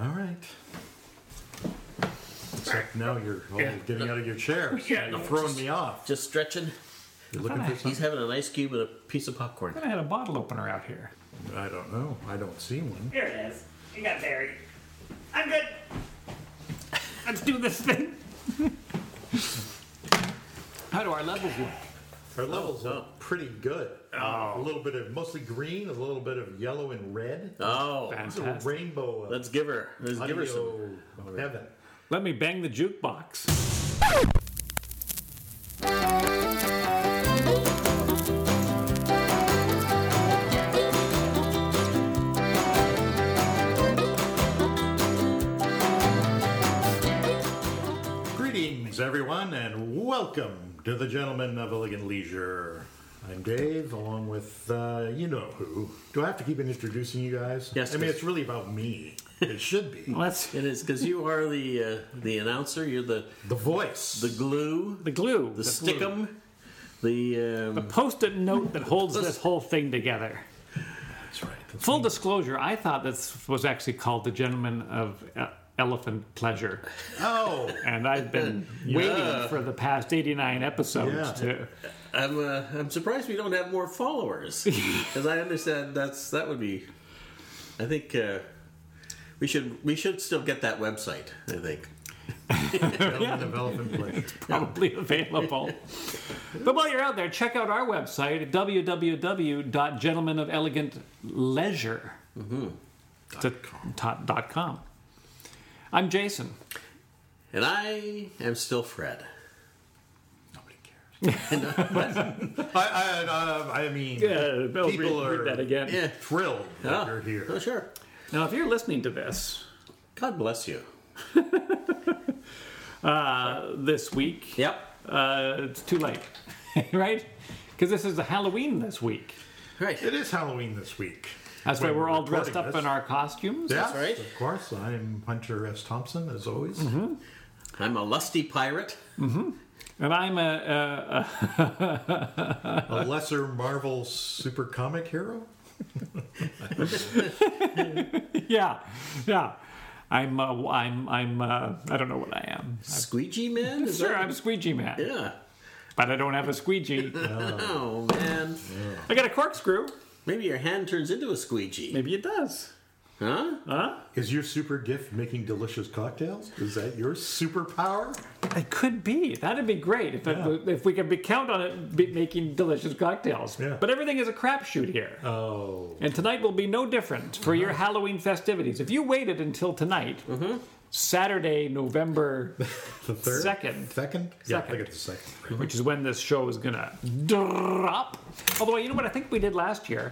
All right. Except now you're oh, Yeah. getting out of your chair. So Yeah, you're no, throwing just- me off. Just stretching. You're looking for He's something? having an ice cube and a piece of popcorn. I had a bottle opener out here. I don't know. I don't see one. Here it is. You got buried. I'm good. Let's do this thing. How do our levels look? Our levels are pretty good. Oh. A little bit of mostly green, a little bit of yellow and red. Oh, It's a Fantastic. rainbow. Of let's give her. Let's give her some. audio heaven. Let me bang the jukebox. Greetings, everyone, and welcome to the Gentlemen of Elegant Leisure. I'm Dave, along with uh, you know who. Do I have to keep introducing you guys? Yes, I mean, please. it's really about me. It should be Let's It is because you are the uh, the announcer. You're the the voice. the glue, the glue. the stickum, the um, Post-it note that holds this whole thing together. That's right. That's Full disclosure, I thought this was actually called the Gentleman of uh, Elephant Pleasure, Oh, and I've been waiting for the past 89 episodes Yeah. to. I'm uh, I'm surprised we don't have more followers, because I understand that's that would be. I think uh, we should we should still get that website. I think Gentlemen of Elephant Pleasure. probably available. but while you're out there, check out our website at www.gentlemanofelegantleisure. Dot com. dot com. I'm Jason. and I am still Fred. Nobody cares. I, uh, I, I, I mean, people are again. Yeah. thrilled that Oh, you're here. Oh sure. Now, if you're listening to this God bless you. uh, this week, Yep. uh, it's too late, right? Because this is the Halloween this week. Right. It is Halloween this week. That's why When we're all recording dressed up this. in our costumes. Yes, right. Of course, I'm Hunter S. Thompson, as always. I'm a lusty pirate. And I'm a, A lesser Marvel super comic hero. a yeah, yeah. I'm uh, I'm I'm uh, I don't know what I am. Squeegee man. Is Sure, that- I'm squeegee man, Yeah. but I don't have a squeegee. Oh man. I got a corkscrew. Maybe your hand turns into a squeegee. Maybe it does. Huh? Is your super gift making delicious cocktails? Is that your superpower? It could be. That'd be great if, it- if we could be count on it be making delicious cocktails. Yeah. But everything is a crapshoot here. Oh, Uh-huh. And tonight will be no different for your Halloween festivities. If you waited until tonight, Mm-hmm. Saturday, November, the third, Second. second, yeah, I Second. think it's the second. right? which is when this show is gonna drop. Although you know what I think we did last year.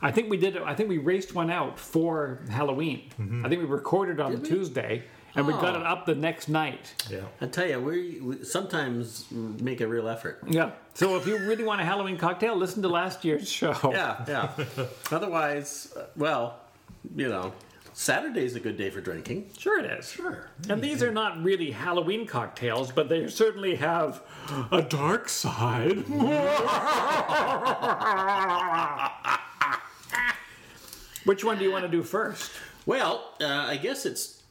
I think we did. I think we raced one out for Halloween. I think we recorded on the Tuesday. And we got Oh. it up the next night. Yeah, I tell you, we, we sometimes make a real effort. Yeah. So if you really want a Halloween cocktail, listen to last year's show. Yeah, yeah. Otherwise, uh, well, you know, Saturday's a good day for drinking. Sure it is. sure. And these are not really Halloween cocktails, but they certainly have a dark side. Which one do you want to do first? Well, uh, I guess it's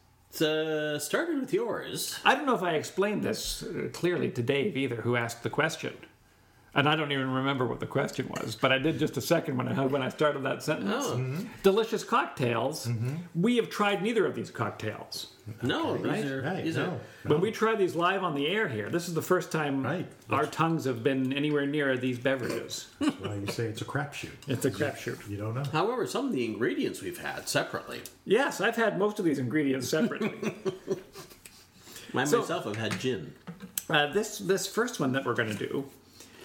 uh, started with yours. I don't know if I explained this uh, clearly to Dave either, who asked the question. And I don't even remember what the question was, but I did just a second when I when I started that sentence. Oh. Delicious cocktails. We have tried neither of these cocktails. No, Right, these are right, these no. When we try these live on the air here, this is the first time Right. our tongues have been anywhere near these beverages. That's why you say it's a crapshoot. It's a crapshoot. You don't know. are. However, some of the ingredients we've had separately. Yes, I've had most of these ingredients separately. I So- myself have had gin. uh, this this first one that we're going to do,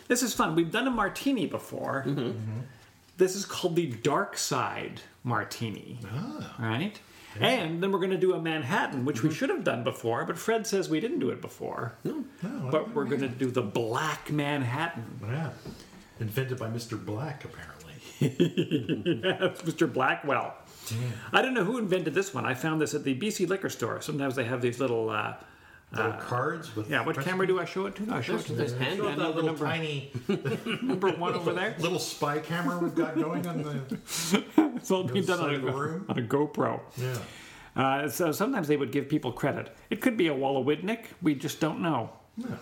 this is fun. We've done a martini before. Mm-hmm. Mm-hmm. This is called the dark side martini. Ah. Right? And then we're going to do a Manhattan, which we should have done before, but Fred says we didn't do it before. Mm-hmm. No, I But don't we're going to do the black Manhattan. know. yeah, invented by Mr. Black, apparently. That's Mr. Blackwell. I don't know who invented this one. I found this at the BC liquor store. Sometimes they have these little. Uh, Little cards with yeah, what camera do I show it to? No, I show it to this hand- Show hand that over little number- tiny number one over there. little spy camera we've got going on the It's all being Other done on side a, of the room? on a GoPro. yeah. Uh, so sometimes they would give people credit. It could be a Wolowitnik. We just don't know. No.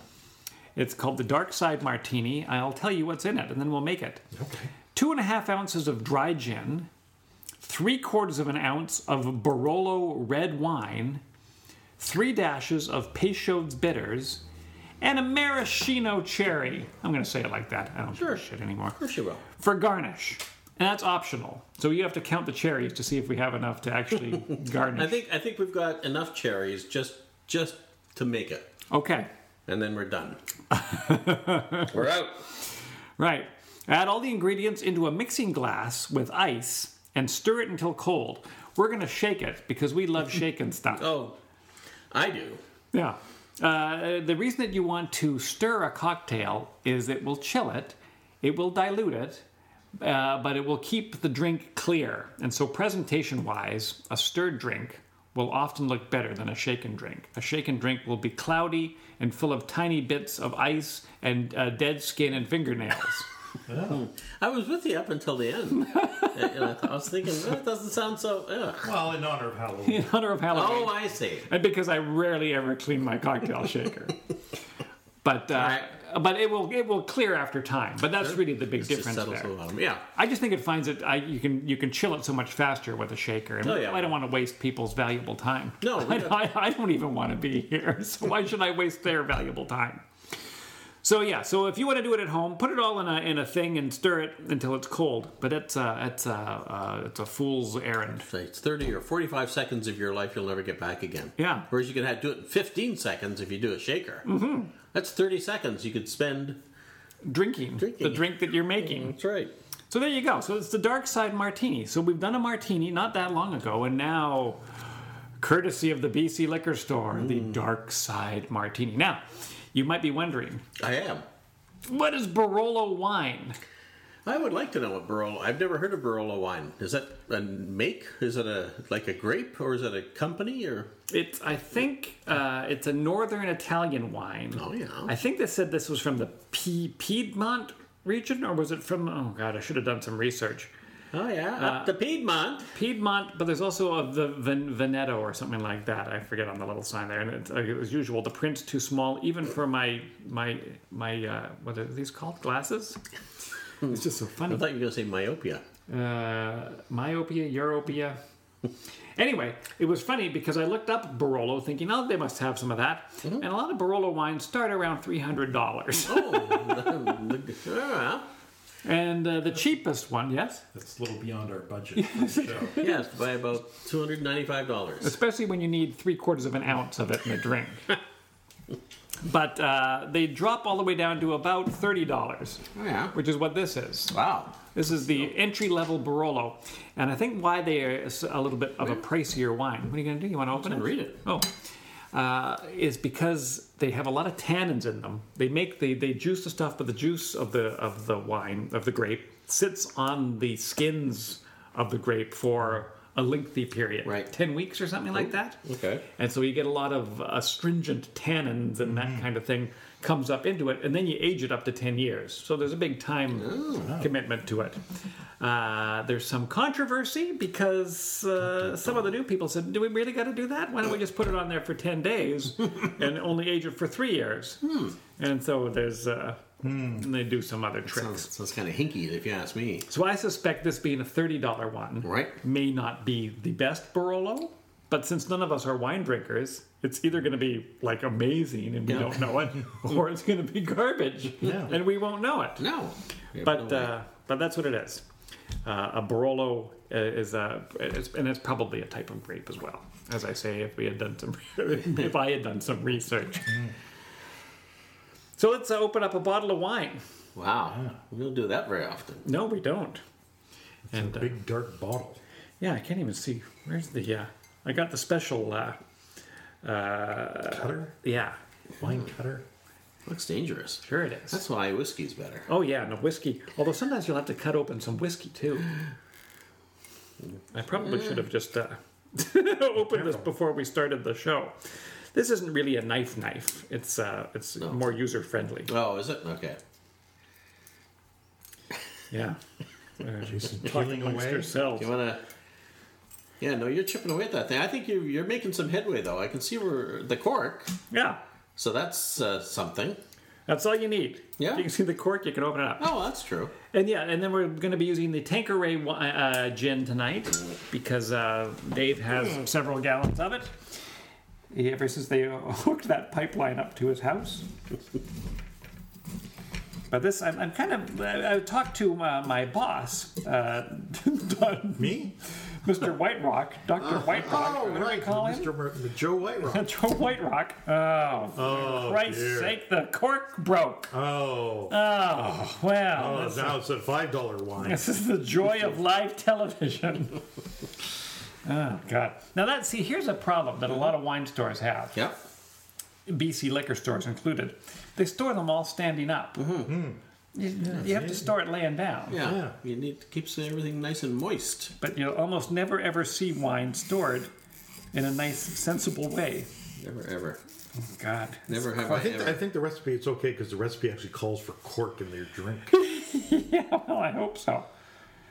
It's called the Dark Side Martini. I'll tell you what's in it, and then we'll make it. Okay. Two and a half ounces of dry gin, three quarters of an ounce of Barolo red wine, three dashes of Peychaud's bitters, and a maraschino cherry. I'm going to say it like that. I don't sure. shit anymore. course you will. For garnish. And that's optional. So you have to count the cherries to see if we have enough to actually garnish. I think I think we've got enough cherries just just to make it, okay. and then we're done. we're out. Right. Add all the ingredients into a mixing glass with ice and stir it until cold. We're going to shake it because we love shaking stuff. Oh, I do. Yeah. Uh, the reason that you want to stir a cocktail is it will chill it, it will dilute it, uh, but it will keep the drink clear. And so, presentation wise, a stirred drink will often look better than a shaken drink. A shaken drink will be cloudy and full of tiny bits of ice and uh, dead skin and fingernails. I was with you up until the end. And I, th- I was thinking that doesn't sound so. Ugh. Well, in honor of Halloween. In honor of Halloween. Oh, I see. and because I rarely ever clean my cocktail shaker. But uh, right. but it will it will clear after time. But that's really the big Just difference settle to there. the bottom. Yeah. I just think it finds it. I, you can you can chill it so much faster with a shaker, and Oh, yeah. I don't want to waste people's valuable time. No, we I, don't. I, I don't even want to be here. So why should I waste their valuable time? So yeah, so if you want to do it at home, put it all in a in a thing and stir it until it's cold. But it's a it's a uh, it's a fool's errand. Say It's 30 or 45 seconds of your life you'll never get back again. Yeah. Whereas you can have, do it in 15 seconds if you do a shaker. Mm-hmm. That's 30 seconds you could spend. Drinking, Drinking. the drink that you're making. That's right. So there you go. So it's the dark side martini. So we've done a martini not that long ago, and now, courtesy of the BC liquor store, the dark side martini. Now, you might be wondering, I am. what is Barolo wine? I would like to know what Barolo. I've never heard of Barolo wine. Is that a make? Is it a like a grape or is it a company or? It's I think uh, it's a northern Italian wine. Oh yeah. I think they said this was from the P- Piedmont region, or was it from? Oh God, I should have done some research. Oh yeah. Up to Piedmont. Piedmont, but there's also of the Ven- Veneto or something like that. I forget on the little sign there. And it's, uh, as usual, the print's too small, even for my my my uh, what are these called glasses? It's just so funny. I thought you were going to say myopia. Uh, myopia, europia. anyway, it was funny because I looked up Barolo, thinking, oh, they must have some of that. And a lot of Barolo wines start around three hundred dollars, Oh. yeah. and uh, the cheapest one, yes, That's a little beyond our budget for the show. Yes, by about two hundred ninety-five dollars. especially when you need three quarters of an ounce of it in a drink. but uh, they drop all the way down to about thirty dollars, Oh, Yeah. which is what this is. Wow. This is the entry level Barolo, and I think why they are s- a little bit of a pricier wine. What are you going to do? You want to open it? gonna read it. Oh. Uh, is because they have a lot of tannins in them. They make they they juice the stuff, but the juice of the of the wine of the grape sits on the skins of the grape for a lengthy period, Right. Oh, Ten weeks or something like that. okay. And so you get a lot of astringent tannins and that kind of thing comes up into it, and then you age it up to 10 years. So there's a big time commitment to it. Uh, there's some controversy because uh, some of the new people said, Do we really got to do that? Why don't we just put it on there for 10 days and only age it for three years? And so there's, uh, and they do some other tricks. Sounds, sounds kind of hinky, if you ask me. So I suspect this being a $30 one Right. may not be the best Barolo, but since none of us are wine drinkers, it's either going to be like amazing and we Yeah. don't know it, or it's going to be garbage Yeah. and we won't know it. No. But uh, but that's what it is. Uh, a Barolo uh, is a, it's, and it's probably a type of grape as well. As I say, if we had done some, if I had done some research. Mm-hmm. So let's uh, open up a bottle of wine. wow, we don't do that very often. No, we don't. and uh, Big dark bottle. Yeah, I can't even see. Where's the yeah? I got the special uh Cutter? yeah. Wine cutter? Looks dangerous. Sure it is. That's why whiskey's better. Oh yeah, and a whiskey. Although sometimes you'll have to cut open some whiskey too. I probably should have just uh opened this before we started the show. This isn't really a knife knife. It's uh it's more user friendly. Oh, is it? Okay. Yeah. Jason Talk peeling amongst away. yourselves. You want to? Yeah, no, you're chipping away at that thing. I think you're, you're making some headway, though. I can see where the cork, Yeah, so that's uh, something. that's all you need. Yeah. If you can see the cork, you can open it up. Oh, that's true. And yeah, and then we're going to be using the Tanqueray wi- uh, gin tonight because uh, Dave has Hmm. several gallons of it. Ever since they hooked that pipeline up to his house. But this, I'm, I'm kind of. I, I talked to uh, my boss, uh, Mr. Me? White Rock, Doctor White Rock. Oh, whatever you right, call him. Mr. Mer- Joe Whiterock. Metro White Rock. Oh, for Oh, Christ's dear. sake, the cork broke. Oh, Oh, well. oh, this, now it's a five dollar wine. this is the joy of live television. oh, God. Now, that, see, here's a problem that a lot of wine stores have, Yep. BC liquor stores included. They store them all standing up. You, you have to store it laying down. Yeah. Yeah. You need to keep everything nice and moist. But you'll almost never ever see wine stored in a nice, sensible way. Never, ever. God. Never have I I, think ever. I think the recipe it's okay because the recipe actually calls for cork in their drink. Yeah, well, I hope so.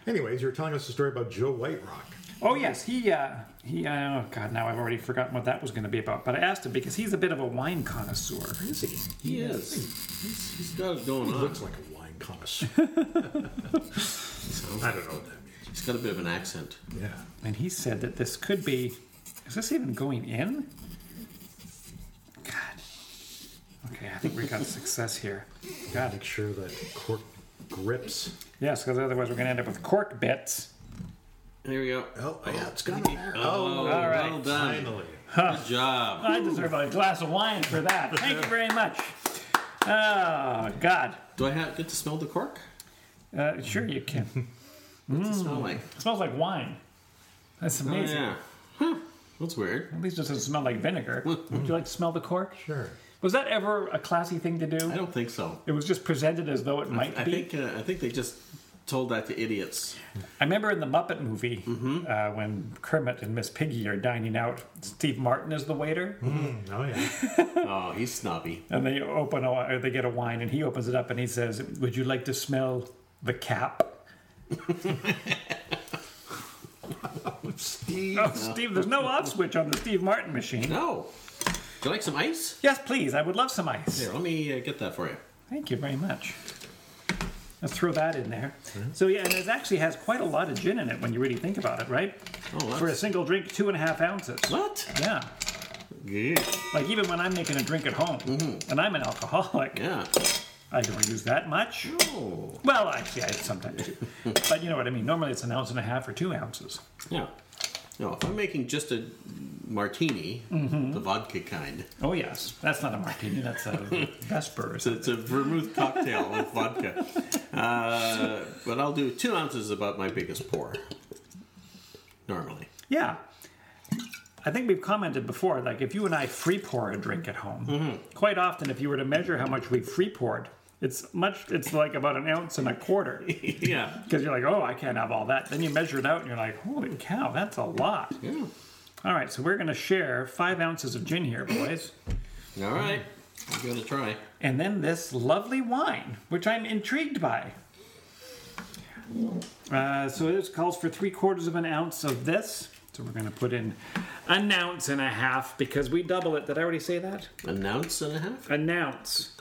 Anyways, you were telling us a story about Joe Whiterock. Oh yes, he uh, he. Uh, oh god, now I've already forgotten what that was going to be about. But I asked him because he's a bit of a wine connoisseur. Is he? he is. He's, he's got it going He on. looks like a wine connoisseur. I don't know what that means. He's got a bit of an accent. Yeah. And he said that this could be. Is this even going in? God. Okay, I think we got success here. God. Make sure that cork grips. Yes, because otherwise we're going to end up with cork bits. There we go. Oh, yeah, it's gone there. Oh, All right. well done. finally. Good job. I deserve a glass of wine for that. Thank you very much. Oh God. Do I have, get to smell the cork? Uh, sure you can. What's it smell like? It smells like wine. That's Oh, amazing. yeah. Huh. That's weird. At least it doesn't smell like vinegar. Would you like to smell the cork? Sure. Was that ever a classy thing to I do? don't think so. It was just presented as though it might I be. think uh, I think they just told that to idiots. I remember in the Muppet movie Mm-hmm. uh, when Kermit and Miss Piggy are dining out, Steve Martin is the waiter, Mm-hmm. Oh, yeah. Oh, he's snobby. and they open a, or they get a wine, and he opens it up and he says, "Would you like to smell the cap?" Steve. Oh, Steve, there's no off switch on the Steve Martin machine. No. Do you like some ice? Yes, please. I would love some ice. Here, let me uh, get that for you. Thank you very much. Let's throw that in there. Mm-hmm. So yeah, and it actually has quite a lot of gin in it when you really think about it, right? Oh, that's... For a single drink, two and a half ounces. What? Yeah. Yeah. Like even when I'm making a drink at home, Mm-hmm. and I'm an alcoholic, Yeah. I don't use that much. Oh. Well, actually, I sometimes do, but you know what I mean. Normally, it's an ounce and a half or two ounces. Yeah. No, if I'm making just a martini, the vodka kind, Oh yes, that's not a martini. That's a Vesper. or so it's a vermouth cocktail with vodka. Uh, but I'll do two ounces about my biggest pour. Normally. Yeah. I think we've commented before, like if you and I free pour a drink at home, quite often if you were to measure how much we free poured, it's much it's like about an ounce and a quarter. yeah. Because you're like, oh, I can't have all that. Then you measure it out and you're like, holy cow, that's a lot. Yeah. All right, so we're gonna share five ounces of gin here, boys. All right. I'm gonna try. and then this lovely wine, which I'm intrigued by. Uh, so this calls for three quarters of an ounce of this. So we're going to put in an ounce and a half because we double it. Did I already say that? An ounce and a half? An ounce.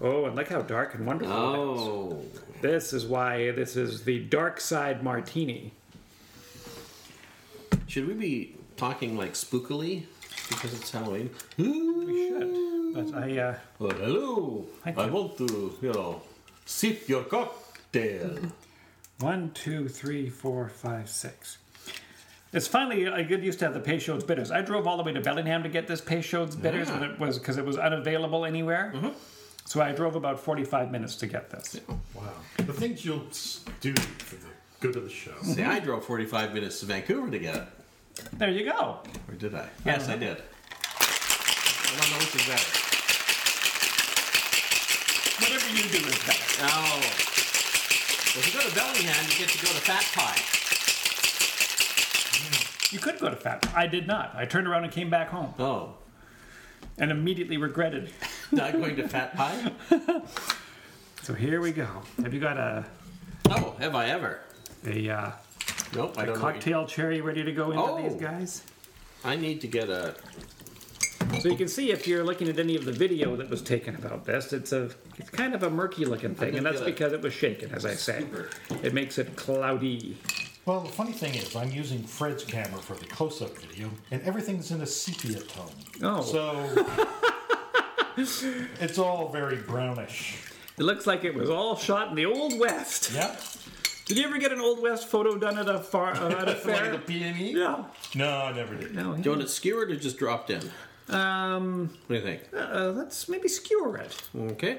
Oh, and look how dark and wonderful it is. Oh. This is why this is the dark side martini. Should we be talking like spookily? Because it's Halloween. We should. But I, uh, Oh, hello. Thank I you. want to, you know, sip your cocktail. one, two, three, four, five, six. It's finally I get used to have the Peychaud's bitters. I drove all the way to Bellingham to get this Peychaud's bitters, Yeah. Mm-hmm. but it was because it was unavailable anywhere. So I drove about forty-five minutes to get this. Wow. The things you'll s- do for the good of the show. See, I drove 45 minutes to Vancouver to get it. There you go. Or did I? Yes, I did. I don't know which is better. Whatever you do is better. Oh. Well, if you go to Bellingham, you get to go to Fat Pie. You could go to Fat. I did not. I turned around and came back home Oh. and immediately regretted. it. Not going to Fat Pie? So here we go. Have you got a Oh, have I ever? a uh, Nope, I don't know. Cocktail cherry ready to go into Oh. these guys. I need to get a. So you can see if you're looking at any of the video that was taken about this, it's a it's kind of a murky looking thing, and gonna that's get a- because it was shaken, as I said. Super. It makes it cloudy. Well, the funny thing is, I'm using Fred's camera for the close-up video, and everything's in a sepia tone. Oh. So Oh. it's all very brownish. It looks like it was all shot in the old west. Yeah. Did you ever get an old west photo done at a far uh, at a fair? Like the E? PME? yeah. No, I never did. No. Do you want it skewered or just dropped in? Um. What do you think? Uh, let's maybe skewer it Okay.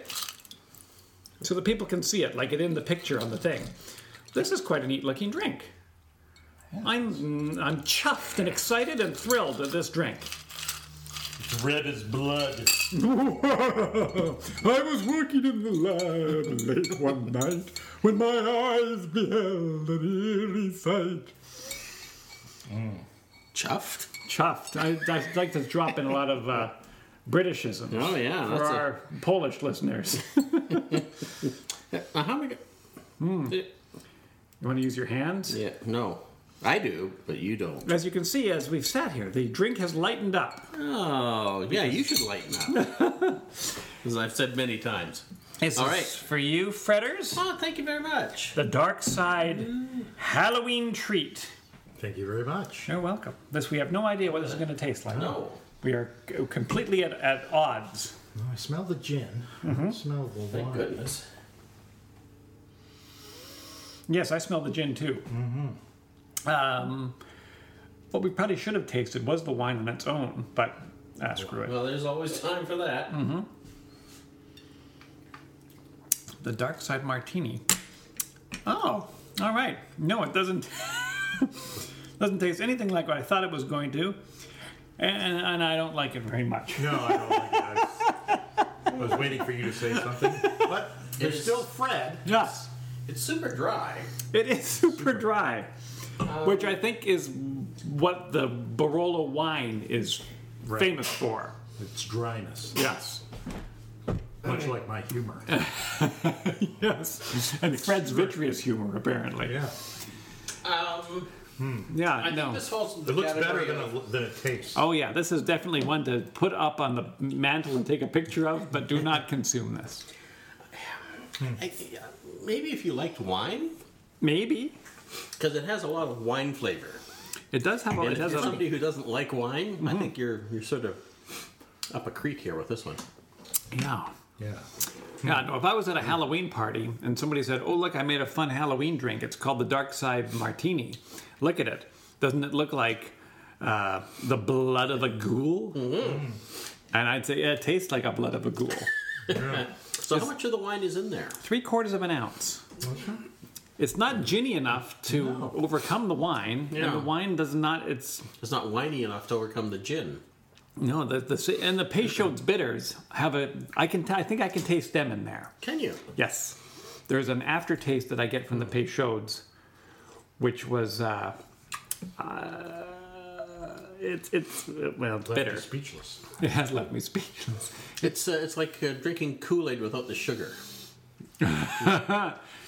so that people can see it, like it in the picture on the thing. This is quite a neat looking drink. I'm mm, I'm chuffed and excited and thrilled at this drink. It's red as blood. I was working in the lab late one night when my eyes beheld an eerie sight. Chuffed. Chuffed. I, I like to drop in a lot of uh, Britishisms Oh yeah. for That's a, our Polish listeners. Now, how many? Eh, you want to use your hands? Yeah. No, I do, but you don't. As you can see, as we've sat here, the drink has lightened up. Oh, yeah. You should lighten up. As I've said many times. This All is right. for you, Fredders. Oh, thank you very much. The Dark Side Halloween treat. Thank you very much. You're welcome. This we have no idea what this is going to taste like. No. We are c- completely at, at odds. Oh, I smell the gin. I smell the Mm-hmm. Thank wine. goodness. Yes, I smell the gin too. Mm-hmm. Um, what we probably should have tasted was the wine on its own, but ah, screw it. Well, there's always time for that. The dark side martini. Oh, all right. No, it doesn't. doesn't taste anything like what I thought it was going to, and, and I don't like it very much. No, I don't like that. I was waiting for you to say something, but there's is- still Fred. Yes, It's super dry. it is super dry, which I think is what the Barolo wine is Right. famous for. It's dryness, Yes. much like my humor. Yes, and Fred's vitreous humor apparently. Yeah, Um, Yeah, I no. think this falls. in the it looks better category than of- it, than it tastes. Oh yeah, this is definitely one to put up on the mantle and take a picture of, but do not consume this. I- yeah, maybe if you liked wine, Maybe because it has a lot of wine flavor. it does have. A, And it if has you're a, somebody who doesn't like wine, I think you're you're sort of up a creek here with this one. yeah. Yeah, Yeah, no, if I was at a Halloween party and somebody said, "Oh, look, I made a fun Halloween drink. It's called the Dark Side Martini. Look at it. Doesn't it look like uh, the blood of a ghoul?" And I'd say, "Yeah, it tastes like a blood of a ghoul." So how much of the wine is in there? Three quarters of an ounce. It's not ginny enough to overcome the wine, and Yeah. the wine does not. It's It's not winey enough to overcome the gin. No, the, the and the Peychaud's bitters have a. I can. T- I think I can taste them in there. Can you? Yes, there's an aftertaste that I get from the Peychaud's, which was. Uh, uh, it's it's well left it's me bitter. speechless. It has left me speechless. It's uh, it's like uh, drinking Kool Aid without the sugar.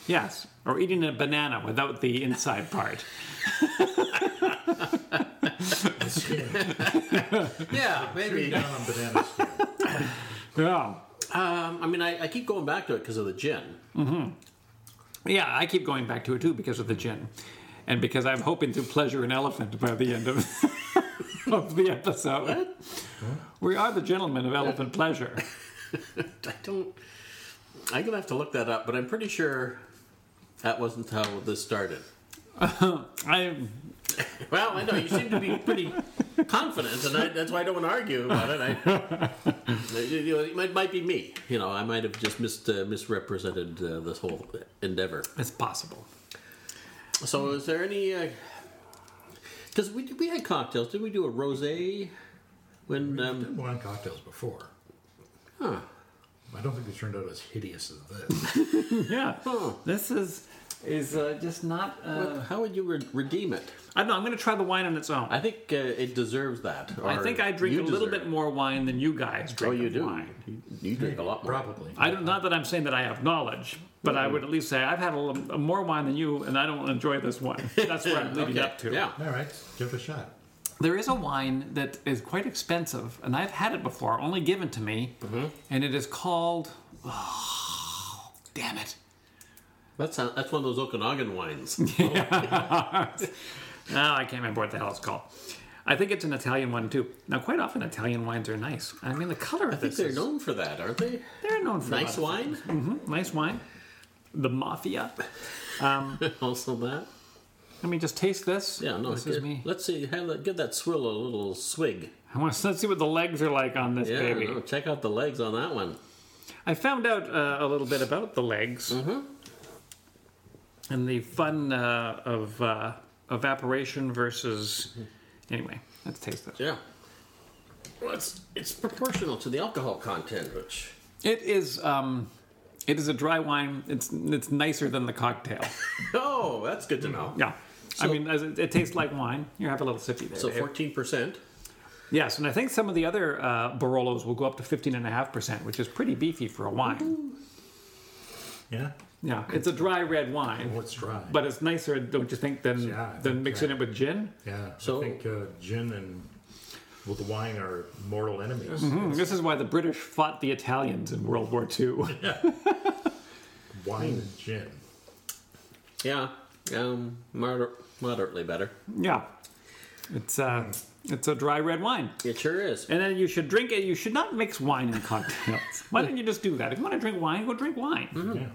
Yes, or eating a banana without the inside part. Yeah, maybe. Down on banana skin. Yeah, Um, I mean, I, I keep going back to it because of the gin. yeah. I keep going back to it too because of the gin, and because I'm hoping to pleasure an elephant by the end of of the episode. We are the gentlemen of elephant pleasure. I don't. I'm gonna have to look that up, but I'm pretty sure that wasn't how this started. I Well, I know you seem to be pretty confident, and I, that's why I don't want to argue about it. I, you know, it might, might be me. You know, I might have just mis uh, misrepresented uh, this whole endeavor. it's possible. So, is there any? Because we we had cocktails. Did we do a rosé? When I've um, done wine cocktails before. huh. I don't think they turned out as hideous as this. Yeah. This is is uh, just not. Uh, How would you re- redeem it? I don't know. I'm going to try the wine on its own. I think uh, it deserves that. I or think I drink you a little deserve bit it. more wine than you guys Oh, drink. you of do. Wine. You, you drink a lot more. Probably. I don't. Not that I'm saying that I have knowledge, but Hmm. I would at least say I've had a little more wine than you, and I don't enjoy this one. That's where I'm leading Okay, up to. Yeah. All right, give it a shot. There is a wine that is quite expensive, and I've had it before, only given to me, and it is called. oh, damn it! That's, a, that's one of those Okanagan wines. No, Oh, I can't remember what the hell it's called. I think it's an Italian one too. Now, quite often Italian wines are nice. I mean, the color of I think this they're is- known for that, aren't they? they're known for Nice a lot wine. of- Mhm, nice wine. The mafia. also that. Let me just taste this. Yeah, no, this get- is me. Let's see. Have that, give that swill a little swig. I want to let's see what the legs are like on this Yeah, baby. no, check out the legs on that one. I found out uh, a little bit about the legs Mm-hmm. and the fun uh, of uh, evaporation versus. Anyway, let's taste this. Yeah. Well, it's, it's proportional to the alcohol content, which. It is. Um, it is a dry wine. It's it's nicer than the cocktail. Oh, that's good to know. Yeah. I So- mean, as it, it tastes like wine. You have a little sippy there. So Dave. 14%. yes, and I think some of the other uh, Barolos will go up to 15.5%, which is pretty beefy for a wine. Mm-hmm. Yeah? Yeah, it's a dry red wine. What's dry? But it's nicer, don't you think, than Yeah, I than think, mixing uh, it with gin? yeah. So- I think uh, gin and well, the wine are mortal enemies. Mm-hmm. This is why the British fought the Italians in World War II. Wine and gin. Yeah. Um, moder- moderately better. yeah, it's uh, it's a dry red wine, It sure is. and then you should drink it. You should not mix wine in cocktails. why don't you just do that? If you want to drink wine, go drink wine. Mm-hmm. Yeah.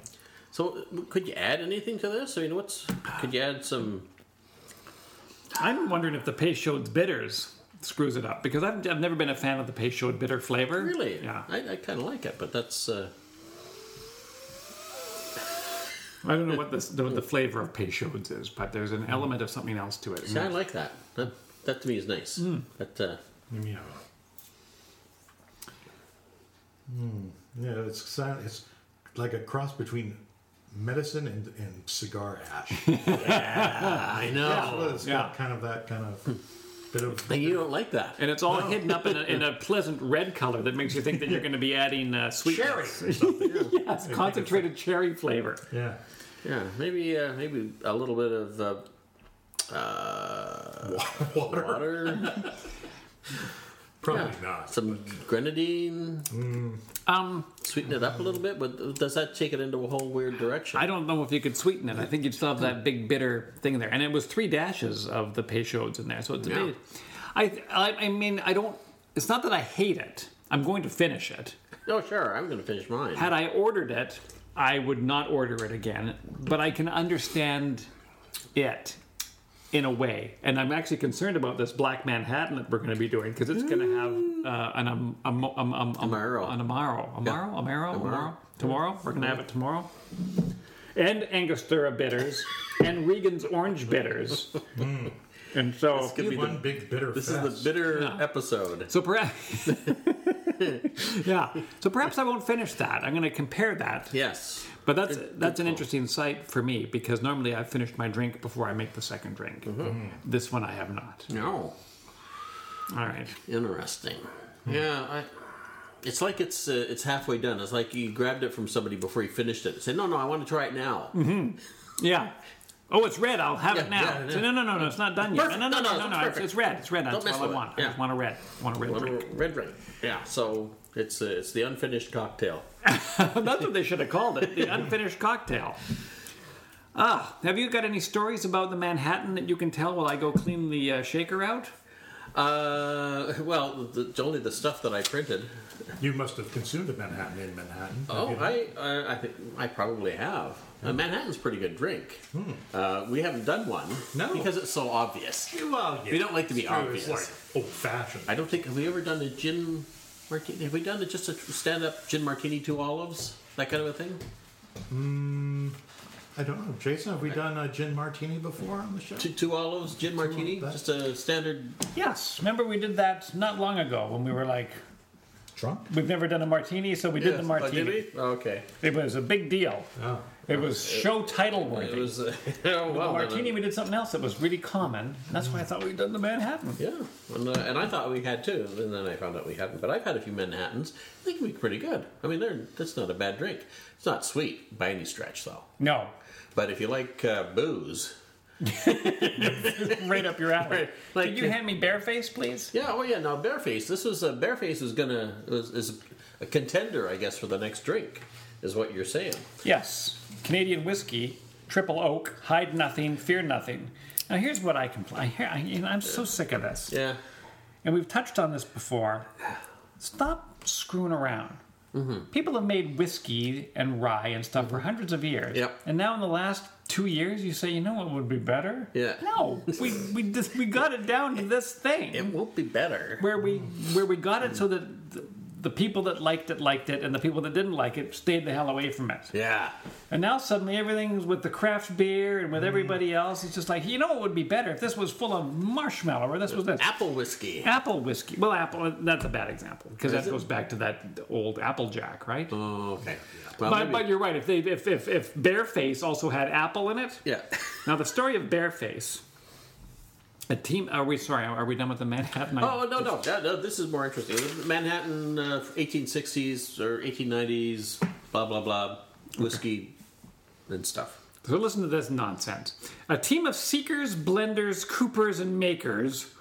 So, could you add anything to this? I mean, what's could you add some? I'm wondering if the Peychaud's bitters screws it up because I've, I've never been a fan of the Peychaud bitter flavor. Really, Yeah. I, I kind of like it, but that's uh, I don't know what this, the, the flavor of Peychaud's is, but there's an element of something else to it. see, I like that. that. That to me is nice. Hmm. But uh, Let me have it. Mm. Yeah, it's si- it's like a cross between medicine and, and cigar ash. I know Well, it's got yeah. kind of that kind of bit of And you don't like that. And it's all hidden up in a, in a pleasant red color that makes you think that you're going to be adding uh, sweetness. cherry. or something. Yes, concentrated cherry flavor. yeah, Yeah, maybe uh, maybe a little bit of uh, uh, water. water, Probably not. some grenadine, Um, sweeten it up a little bit. But does that take it into a whole weird direction? I don't know if you could sweeten it. I think you'd still have that big bitter thing there. And it was three dashes of the Peychaud's in there, so it's Yeah. amazing. I, I, I mean, I don't. It's not that I hate it. I'm going to finish it. No, Oh, sure, I'm going to finish mine. Had I ordered it, I would not order it again. But I can understand it in a way, and I'm actually concerned about this Black Manhattan that we're going to be doing because it's going to have uh, an um, um, um, um, Amaro. an amaro, amaro, amaro, amaro. Tomorrow we're going to have it tomorrow. And Angostura bitters, and Regan's orange bitters, and so Could be the- One big bitter. this is the bitter episode. so perhaps, yeah. So perhaps I won't finish that. I'm going to compare that Yes. But that's that's an call. interesting sight for me because normally I finish my drink before I make the second drink. Mm-hmm. This one I have not. No. All right. Interesting. Yeah, I, it's like it's uh, it's halfway done. It's like you grabbed it from somebody before you finished it. Say, no, no, I want to try it now. Yeah. Oh, it's red. I'll have Yeah, it now. yeah, yeah. So, no, no, no, no. It's not done yet. Perfect. No, no, no, no, no. It's, it's perfect. it's red. It's red. That's mess all I with it. want. I Yeah. just want a red. I want a red drink. Red ring. Yeah. So it's uh, it's the unfinished cocktail. that's what they should have called it. The unfinished cocktail. Ah, have you got any stories about the Manhattan that you can tell while I go clean the uh, shaker out? Uh, well, the, only the stuff that I printed. You must have consumed a Manhattan in Manhattan. Oh, Have you- I I, I think I probably have. Uh, Manhattan's a pretty good drink. Uh, we haven't done one No. because it's so obvious. Well, yeah, We don't like to be it's true, it's obvious. Like old fashioned. I don't think have we ever done a gin martini. Have we done a, just a stand-up gin martini, two olives, that kind of a thing? I don't know, Jason. Have we done a gin martini before on the show? Two, two olives, gin martini, olives. just a standard. Yes. Remember we did that not long ago when we were like Drunk? We've never done a martini, so we did the Oh, martini. did we? Okay. It was a big deal. Oh, It was show title worthy. It was. Uh, oh, the well, then, uh, martini, we did something else that was really common. That's why I thought we'd done the Manhattan. Yeah, and, uh, and I thought we had too, and then I found out we hadn't. But I've had a few Manhattans. They can be pretty good. I mean, they're that's not a bad drink. It's not sweet by any stretch, though. No, But if you like uh, booze, right up your alley. Right, like- Could you hand me Bareface, please? yeah, oh yeah. Now Bareface, this was uh, Bareface is gonna is, is a contender, I guess, for the next drink, is what you're saying. Yes. Canadian whiskey, triple oak, hide nothing, fear nothing. Now here's what I complain. I hear, I, you know, I'm so sick of this. Yeah, and we've touched on this before. Stop screwing around. Mm-hmm. People have made whiskey and rye and stuff for hundreds of years. Yep. And now in the last two years, you say, you know what would be better? Yeah. No, we we just we got it down to this thing it won't be better. where we where we got it so that the, the people that liked it liked it, and the people that didn't like it stayed the hell away from it. Yeah, And now suddenly everything's with the craft beer and Mm-hmm. with everybody else. It's just like you know what would be better if this was full of marshmallow or this was this apple whiskey. apple whiskey. Well, apple. uh, That's a bad example because that it? goes back to that old Applejack, right? Oh, okay. Yeah. Well, but, maybe- but you're right. If they if if, if Bareface also had apple in it. yeah, Now the story of Bareface. A team. Are we sorry? Are we done with the Manhattan? Oh no no, that, no this is more interesting. Manhattan, uh, 1860s or 1890s, blah blah blah, whiskey and stuff. So listen to this nonsense. A team of seekers, blenders, coopers, and makers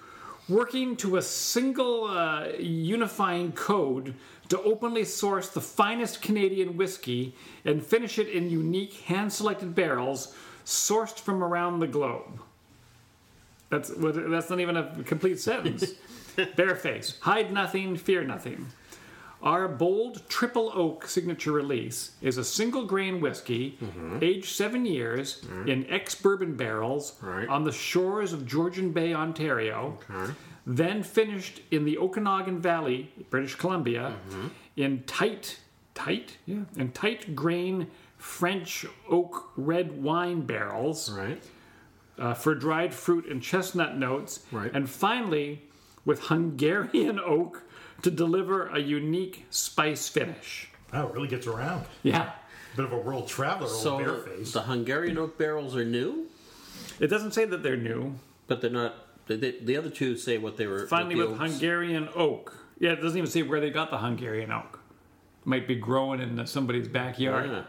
working to a single uh, unifying code to openly source the finest Canadian whiskey and finish it in unique hand selected barrels sourced from around the globe. That's, what- that's not even a complete sentence. Bareface, hide nothing, fear nothing. Our bold triple oak signature release is a single grain whiskey, aged seven years in ex bourbon barrels Right. on the shores of Georgian Bay, Ontario, then finished in the Okanagan Valley, British Columbia, in tight, tight, yeah, in tight grain French oak red wine barrels Right. uh, for dried fruit and chestnut notes, Right. and finally with Hungarian oak to deliver a unique spice finish. Wow, it really gets around. Yeah. Bit of a world traveler, So old the, bareface. the Hungarian oak barrels are new, It doesn't say that they're new. but they're not. They, they, the other two say what they were. Finally, what with the oaks- Hungarian oak. Yeah, it doesn't even say where they got the Hungarian oak. Might be growing in somebody's backyard. Yeah,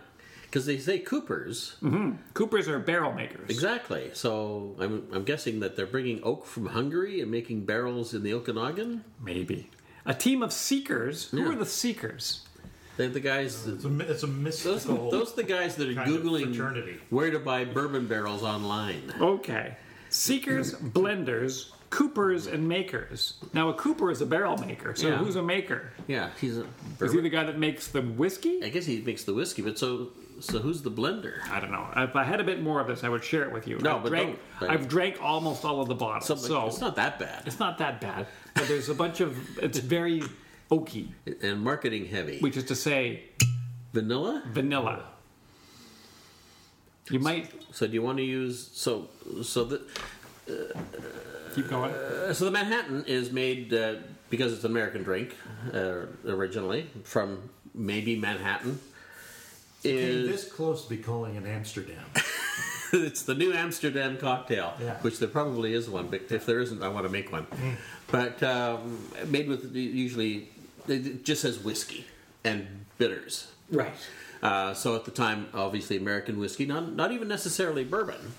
because they say Coopers. Hmm. Coopers are barrel makers. Exactly. So I'm, I'm guessing that they're bringing oak from Hungary and making barrels in the Okanagan. Maybe. A team of seekers. Who are the seekers? They're the guys. that- it's, a, mi- it's a those, mystical. those are the guys that are Kind of googling fraternity. where to buy bourbon barrels online. Okay. Seekers, blenders, coopers, and makers. Now, a cooper is a barrel maker. So Yeah. who's a maker? Yeah, he's a Is he the guy that makes the whiskey? I guess he makes the whiskey, but so so who's the blender? I don't know. If I had a bit more of this, I would share it with you. No, I've but drank, don't. I've drank almost all of the bottles, Something- so it's not that bad, it's not that bad. But there's a bunch of it's very oaky, and marketing heavy. which is to say, Vanilla. vanilla. You might So do you want to use so so the keep going. uh, so the Manhattan is made uh, because it's an American drink uh, originally from maybe Manhattan. Came Is this close to be calling in Amsterdam. it's the new Amsterdam cocktail, Yeah. which there probably is one, but if there isn't, I want to make one. But um, made with usually it just says whiskey and bitters. Right. Uh, so at the time, obviously American whiskey, not not even necessarily bourbon,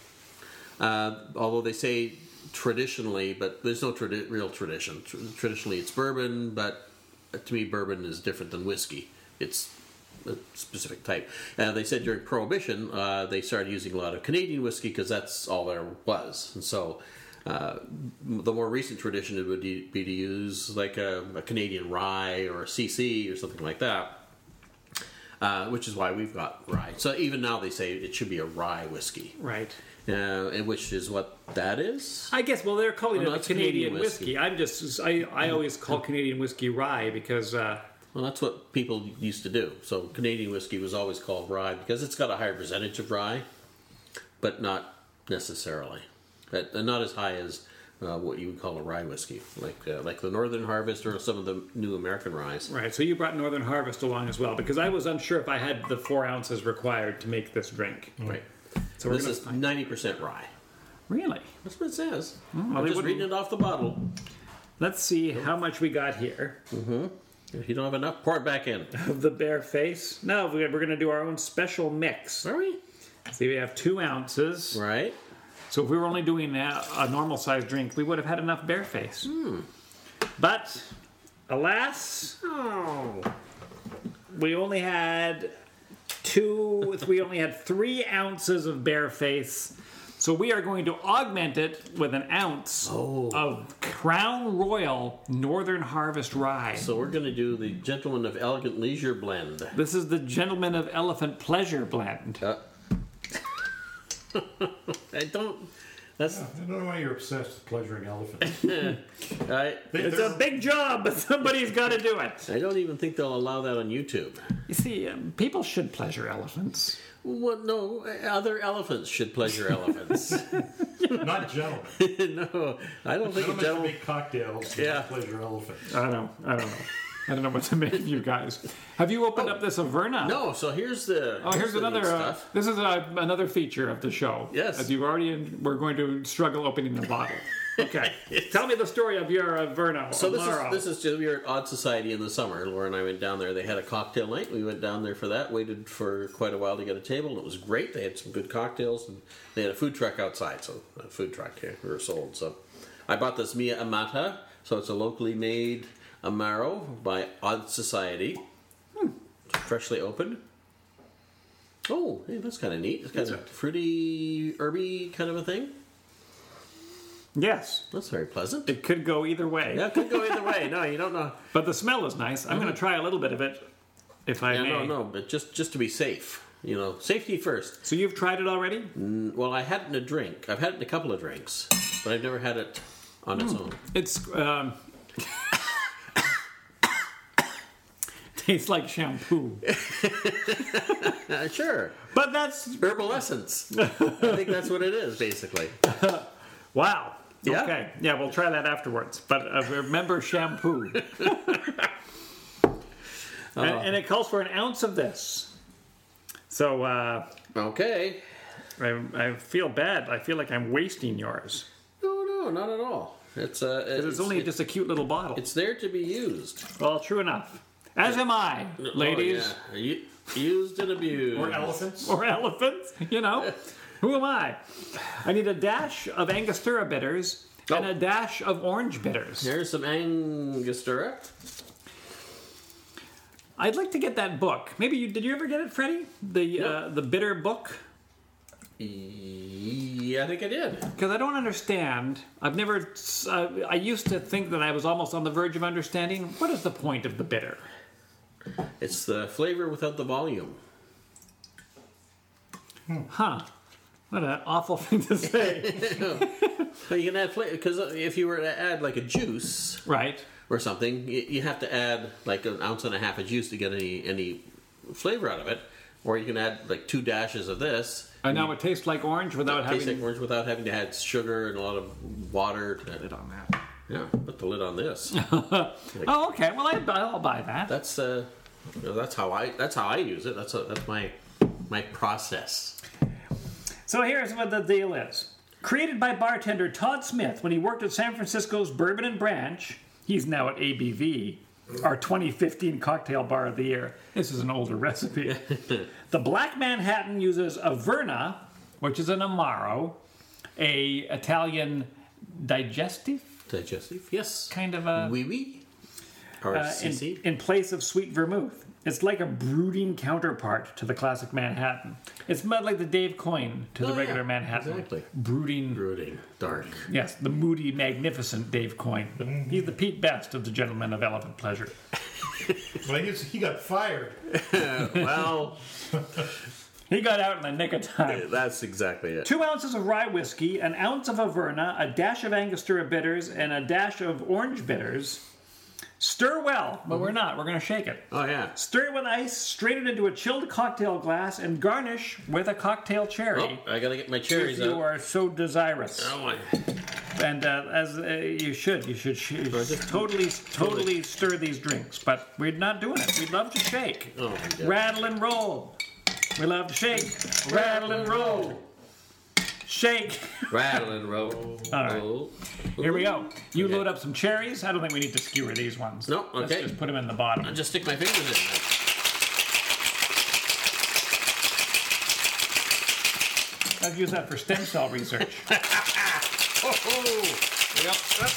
uh, although they say traditionally, but there's no tradi- real tradition. Tr- traditionally, it's bourbon, but uh, to me, bourbon is different than whiskey. It's a specific type. Uh, they said during Prohibition, uh, they started using a lot of Canadian whiskey because that's all there was, and so. Uh, m- the more recent tradition it would be be to use like a, a Canadian rye or a CC or something like that uh, which is why we've got rye. So even now they say it should be a rye whiskey, Right. uh, and which is what that is. I guess. Well, they're calling Oh, no, it a it's Canadian, Canadian whiskey. whiskey. I'm just. I I always call Canadian whiskey rye because. Uh, Well, that's what people used to do. So Canadian whiskey was always called rye because it's got a higher percentage of rye, but uh, not necessarily, but not as high as uh, what you would call a rye whiskey, like uh, like the Northern Harvest or some of the new American ryes. Right, so you brought Northern Harvest along as well because I was unsure if I had the four ounces required to make this drink. Right. So we're This gonna is ninety percent rye. really. That's what it says. well, I'm they just wouldn't- reading it off the bottle. Let's see how much we got here If you don't have enough, pour it back in. of the bare face. No, we- we're going to do our own special mix. Are we? See, we have two ounces. Right. So if we were only doing a, a normal sized drink, we would have had enough bare face. Hmm. But alas, Oh. we only had two we only had three ounces of bare face so we are going to augment it with an ounce of crown royal northern harvest rye So we're going to do the Gentleman of Elegant Leisure blend. this is the gentleman of elephant pleasure blend Uh, I don't. That's I don't know why you're obsessed with pleasuring elephants. I. it's a big job but somebody's got to do it I don't even think they'll allow that on YouTube. you see um, people should pleasure elephants Well, no, other elephants should pleasure elephants. Not gentlemen. no, I don't think a Gentlemen should gentleman. make cocktails to Yeah. pleasure elephants. i don't i don't know i don't know what to make of you guys have you opened up this averna No, so here's the. Oh, here's the neat another. Uh, stuff. this is uh another feature of the show. Yes. as you already we're going to struggle opening the bottle. Okay, tell me the story of your uh, Verno. So this is Amaro. this is just, we were at Odd Society in the summer. Laura and I went down there. They had a cocktail night. We went down there for that. Waited for quite a while to get a table, and it was great. They had some good cocktails, and they had a food truck outside. So a food truck here we were sold. So I bought this Mia Amata. So it's a locally made amaro by Odd Society, Hmm, freshly opened. Oh, hey, that's kind of neat. It's kind of fruity, herby kind of a thing. yes, That's very pleasant. it could go either way, Yeah, it could go either way. No, you don't know. but the smell is nice. I'm going to try a little bit of it, if I Yeah, may. no, no, but just just to be safe, you know, safety first. So you've tried it already? Mm. Well, I had it in a drink. I've had it in a couple of drinks, but I've never had it on its Hmm. own. It's um, tastes like shampoo, Uh, sure, but that's herbal essence. I think that's what it is, basically. wow. Yeah. Okay, yeah, we'll try that afterwards. But uh, remember shampoo. Uh. and, and it calls for an ounce of this. So uh, Okay. I, I feel bad. I feel like I'm wasting yours. No, no, not at all. It's uh, it's, It's only it- just a cute little bottle. it's there to be used, well, true enough. As am I, ladies Oh, yeah. U- used and abused. Or elephants. or elephants, you know. Who am I? I need a dash of Angostura bitters and Oh. a dash of orange bitters. Here's some Angostura. I'd like to get that book. Maybe you did. You ever get it, Freddie? The uh, the bitter book. Yeah, I think I did. Because I don't understand. I've never. Uh, I used to think that I was almost on the verge of understanding. What is the point of the bitter? It's the flavor without the volume. Huh. What an awful thing to say. So you can add flavor because if you were to add like a juice, right. or something, you, you have to add like an ounce and a half of juice to get any any flavor out of it, or you can add like two dashes of this. And now it tastes like orange without Taste having like orange without having to add sugar and a lot of water. it To, on that. yeah, put the lid on this. Oh, okay. Well, I, I'll buy that. That's uh, you know, that's how I that's how I use it. That's a, that's my my process. So here's what the deal is. Created by bartender Todd Smith when he worked at San Francisco's Bourbon and Branch, he's now at ABV, our 2015 Cocktail Bar of the Year. This is an older recipe. the Black Manhattan uses Averna, which is an Amaro, a Italian digestive Digestive, yes. kind of a Wee wee. Or uh, in, CC. in place of sweet vermouth. It's like a brooding counterpart to the classic Manhattan. It's not like the Dave Coyne to Oh, the yeah, regular Manhattan. exactly. Brooding Brooding, dark. Yes, the moody, magnificent Dave Coyne. He's the Pete Best of the Gentlemen of Elephant Pleasure. Well, he's, he got fired. well, He got out in the nick of time. that's exactly it. Two ounces of rye whiskey, an ounce of Averna, a dash of Angostura bitters, and a dash of orange bitters. Stir well, but we're not. We're going to shake it. Oh yeah. Stir with ice, strain it into a chilled cocktail glass, and garnish with a cocktail Oh, cherry. I gotta get my if cherries you out. are so desirous, Oh, I- and uh, as uh, you should, you should sh- totally, totally stir these drinks. But we're not doing it. We love to shake, oh my god. rattle and roll. We love to shake, rattle and roll, shake. Rattle and roll. Oh, All right. Roll. Here we go. You Okay. load up some cherries. I don't think we need to skewer these ones. No, okay. Let's just put them in the bottom. I'll just stick my fingers in. I've used that for stem cell research. Oh, oh. Yep. Up.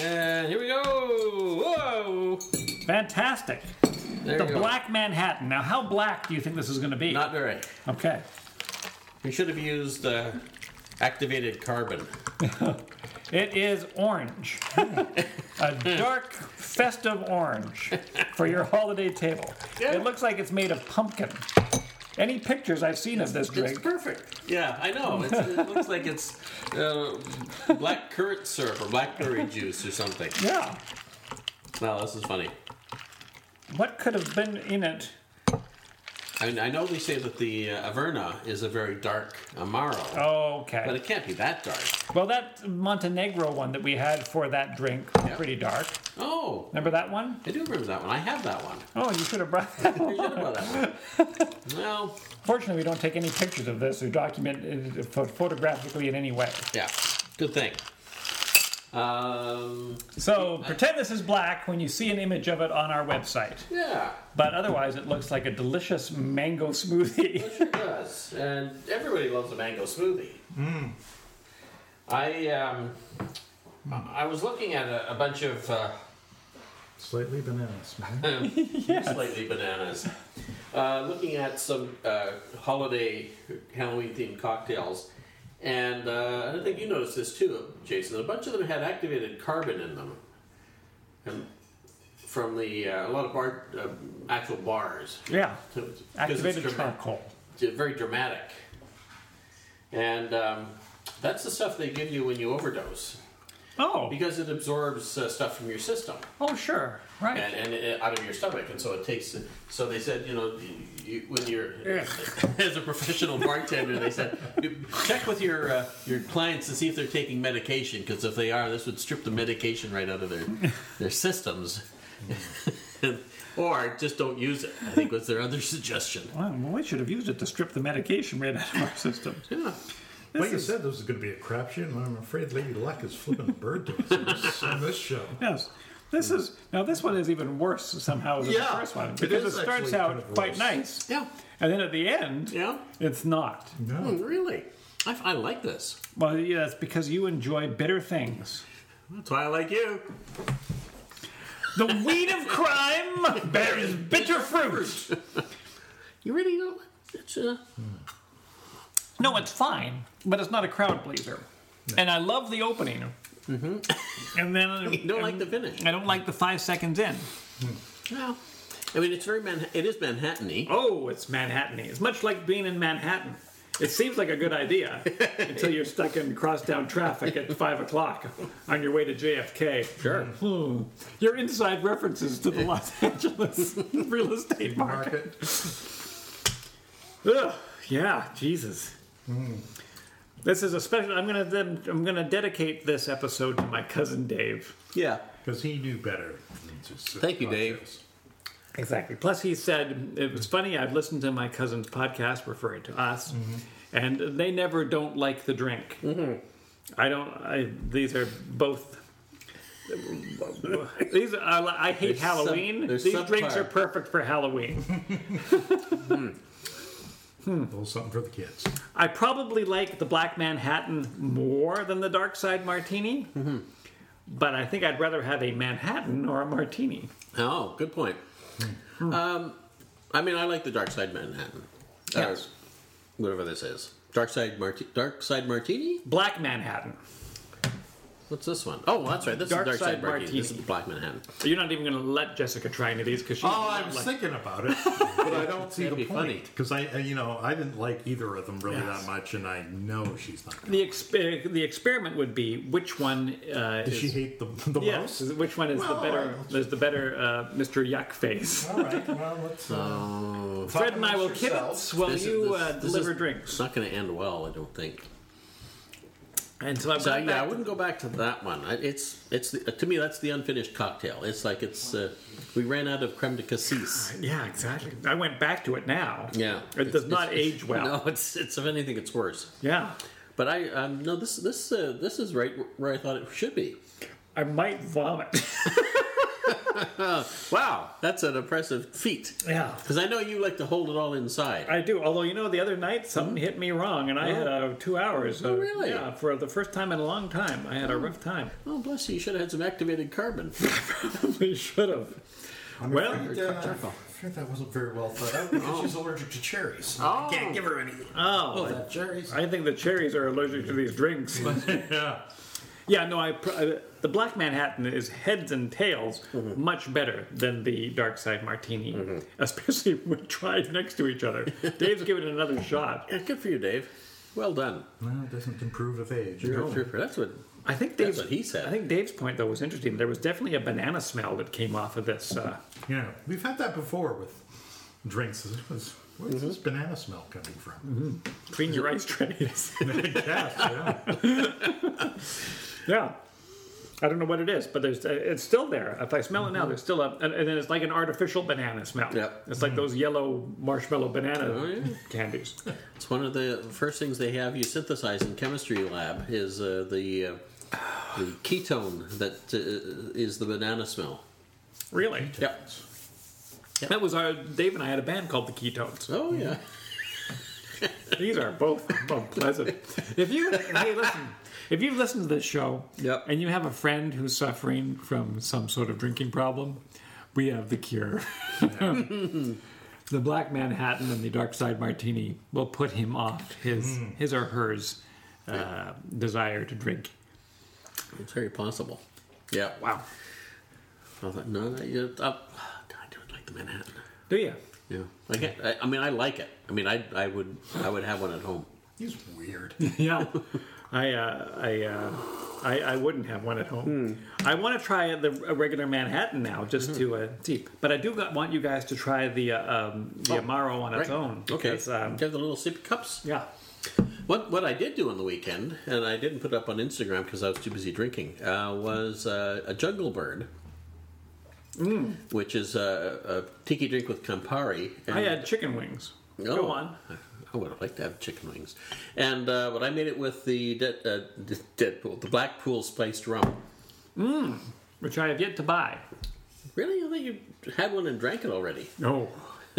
Up. And here we go. Whoa. Fantastic. There The you go. Black Manhattan. Now, how black do you think this is going to be? Not very. okay. We should have used uh, activated carbon. It is orange. a dark, festive orange for your holiday table. It looks like it's made of pumpkin. Any pictures I've seen of this It's drink? perfect. Yeah, I know. It's, it looks like it's uh, black currant syrup or blackberry juice or something. Yeah. No, this is funny. What could have been in it? I, I know they say that the uh, Averna is a very dark Amaro, Oh. but Okay. it can't be that dark. Well, that Montenegro one that we had for that drink, Yeah. pretty dark. Oh, Remember that one? I do remember that one. I have that one. Oh, you should have brought that I one. should have bought that one. well, Fortunately, we don't take any pictures of this or document it pho- photographically in any way. yeah, good thing. Um, So pretend this is black when you see an image of it on our website. yeah, But otherwise, it looks like a delicious mango smoothie. it sure does. And everybody loves a mango smoothie. Hmm. I um, I was looking at a, a bunch of. Uh, Slightly bananas. slightly bananas. Uh, looking at some uh, holiday Halloween themed cocktails, and uh, I think you noticed this too, Jason. A bunch of them had activated carbon in them, and from the uh, a lot of bar uh, actual bars. yeah. So it's- 'cause it's Activated dramatic- charcoal. it's Very dramatic, and um, that's the stuff they give you when you overdose Oh. because it absorbs uh, stuff from your system Oh, sure. Right. and, and it, out of your stomach, and so it takes. So they said, you know, you, when you're as a professional bartender, they said check with your uh, your clients to see if they're taking medication, because if they are, this would strip the medication right out of their their systems. Or just don't use it. I think was their other suggestion. Wow, well, we should have used it to strip the medication right out of our systems. Yeah. Like I said, this is going to be a crapshoot, and I'm afraid Lady Luck is flipping a bird to us on this- on this show. Yes. This is now. This one is even worse somehow than the Yeah, first one it because it is starts actually out kind of quite worse. nice, Yeah. and then at the end, Yeah. it's not. No. Hmm, really? I, I like this. Well, yeah, it's because you enjoy bitter things. That's why I like you. The weed of crime bears bitter fruit. You really don't. It's uh, No, it's fine, but it's not a crowd pleaser. And I love the opening. And then you don't like the finish. I Mm-hmm. don't like the five seconds in. Well, I mean, it's very Manha- it is Manhattan-y. Oh, it's Manhattan. It's much like being in Manhattan. It seems like a good idea until you're stuck in crosstown traffic at five o'clock on your way to JFK. Sure. Hmm. Your inside references to the Los Angeles real Hmm. estate market. Market. Ugh, yeah, Jesus. Mm. This is a special. I'm gonna then. I'm gonna dedicate this episode to my cousin Dave. Yeah. Because he knew better. than to sit Thank you, on Dave. shows. Exactly. Plus, he said it was funny. I've listened to my cousin's podcast referring to us, Mm-hmm. and they never don't like the drink. I don't. I, these are both. these are, I, I hate There's sub- Halloween. there's these drinks subpar. are perfect for Halloween. A little something for the kids. I probably like the Black Manhattan more than the Dark Side Martini, but I think I'd rather have a Manhattan or a Martini. Oh, good point. Um, I mean, I like the Dark Side Manhattan. Uh, Or Yes. whatever this is. Dark Side Marti- Dark Side Martini. Black Manhattan. What's this one? Oh, that's right. This Dark is Dark Side Side Martini. Martini. This is Black Manhattan. You're not even going to let Jessica try any of these because she. Oh, I was thinking about it, but I don't see That'd the be funny. point because I, I- you know, I didn't like either of them really Yes. that much, and I know she's not. Gonna. the exp- the experiment would be which one uh, Does is she hate the the yes, most? which one is Well, the better I- is the better uh, Mr. Yuck face. All right. Well, let's. Uh, Fred and I will kibitz while This is- you this- uh, this deliver is- It's drinks. not going to end well, I don't think. And so I've So gone yeah, I back wouldn't go back to that one. I- It's it's the, to me that's the unfinished cocktail. It's like it's uh, we ran out of creme de cassis. Yeah, exactly. I went back to it now. Yeah, It does It's- not it's- age well. No, it's it's if anything, it's worse. Yeah. But I um, no, this this uh, this is right where I thought it should be. I might vomit. Wow, that's an impressive feat. yeah. Because I know you like to hold it all inside. I do. Although, you know, the other night something hit me wrong and I had uh, two hours. Oh, really? Yeah, for the first time in a long time. I had a rough time. oh, bless you! You should have had some activated carbon. we should have. Well, uh, that wasn't very well thought out because she's allergic to cherries. oh, Can't give her any. oh, cherries. I think the cherries are allergic to these drinks. yeah. yeah, no, I. Pr- uh, the Black Manhattan is heads and tails much better than the Dark Side Martini, especially when tried next to each other. Dave's given it another shot. Yeah, good for you, Dave. Well done. Well, it doesn't improve with age. Good for- That's what I think That's Dave's, what he said. I think Dave's point though was interesting. There was definitely a banana smell that came off of this. Uh, Yeah, we've had that before with drinks. This was, where's this banana smell coming from? clean your ice trays. yes, yeah. yeah, I don't know what it is, but there's uh, it's still there. If I smell it now, there's still a and, and it's like an artificial banana smell. Mm-hmm. Yep. Mm-hmm. Oh, it's like those yellow marshmallow banana yeah. candies. It's one of the first things they have you synthesize in chemistry lab is uh, the uh, the ketone that uh, is the banana smell. Really, Yep. that was our Dave and I had a band called the Ketones. Oh yeah. These are both unpleasant. If you hey listen. If you've listened to this show Yep. and you have a friend who's suffering from some sort of drinking problem, we have the cure. the Black Manhattan and the Dark Side Martini will put him off his his or hers uh, desire to drink. It's very possible. Yeah. Wow. I thought, no, that, you, uh, I don't like the Manhattan. Do you? Yeah. I, get, I, I mean, I like it. I mean, I I would I would have one at home. He's weird. yeah. I uh, I, uh, I I wouldn't have one at home. I want to try the a regular Manhattan now, just to uh, see. But I do got, want you guys to try the uh, um, the Amaro on its Right. own. Okay. because, um, Do you have the little sippy cups. yeah. What what I did do on the weekend, and I didn't put it up on Instagram because I was too busy drinking, uh, was uh, a jungle bird, which is a, a tiki drink with Campari. Mm. And, I had chicken wings. Oh, Go on. I would have liked to have chicken wings, and uh, but I made it with the De- uh, De- Deadpool, the Blackpool spiced rum. Which I have yet to buy. Really, I thought you had one and drank it already. No.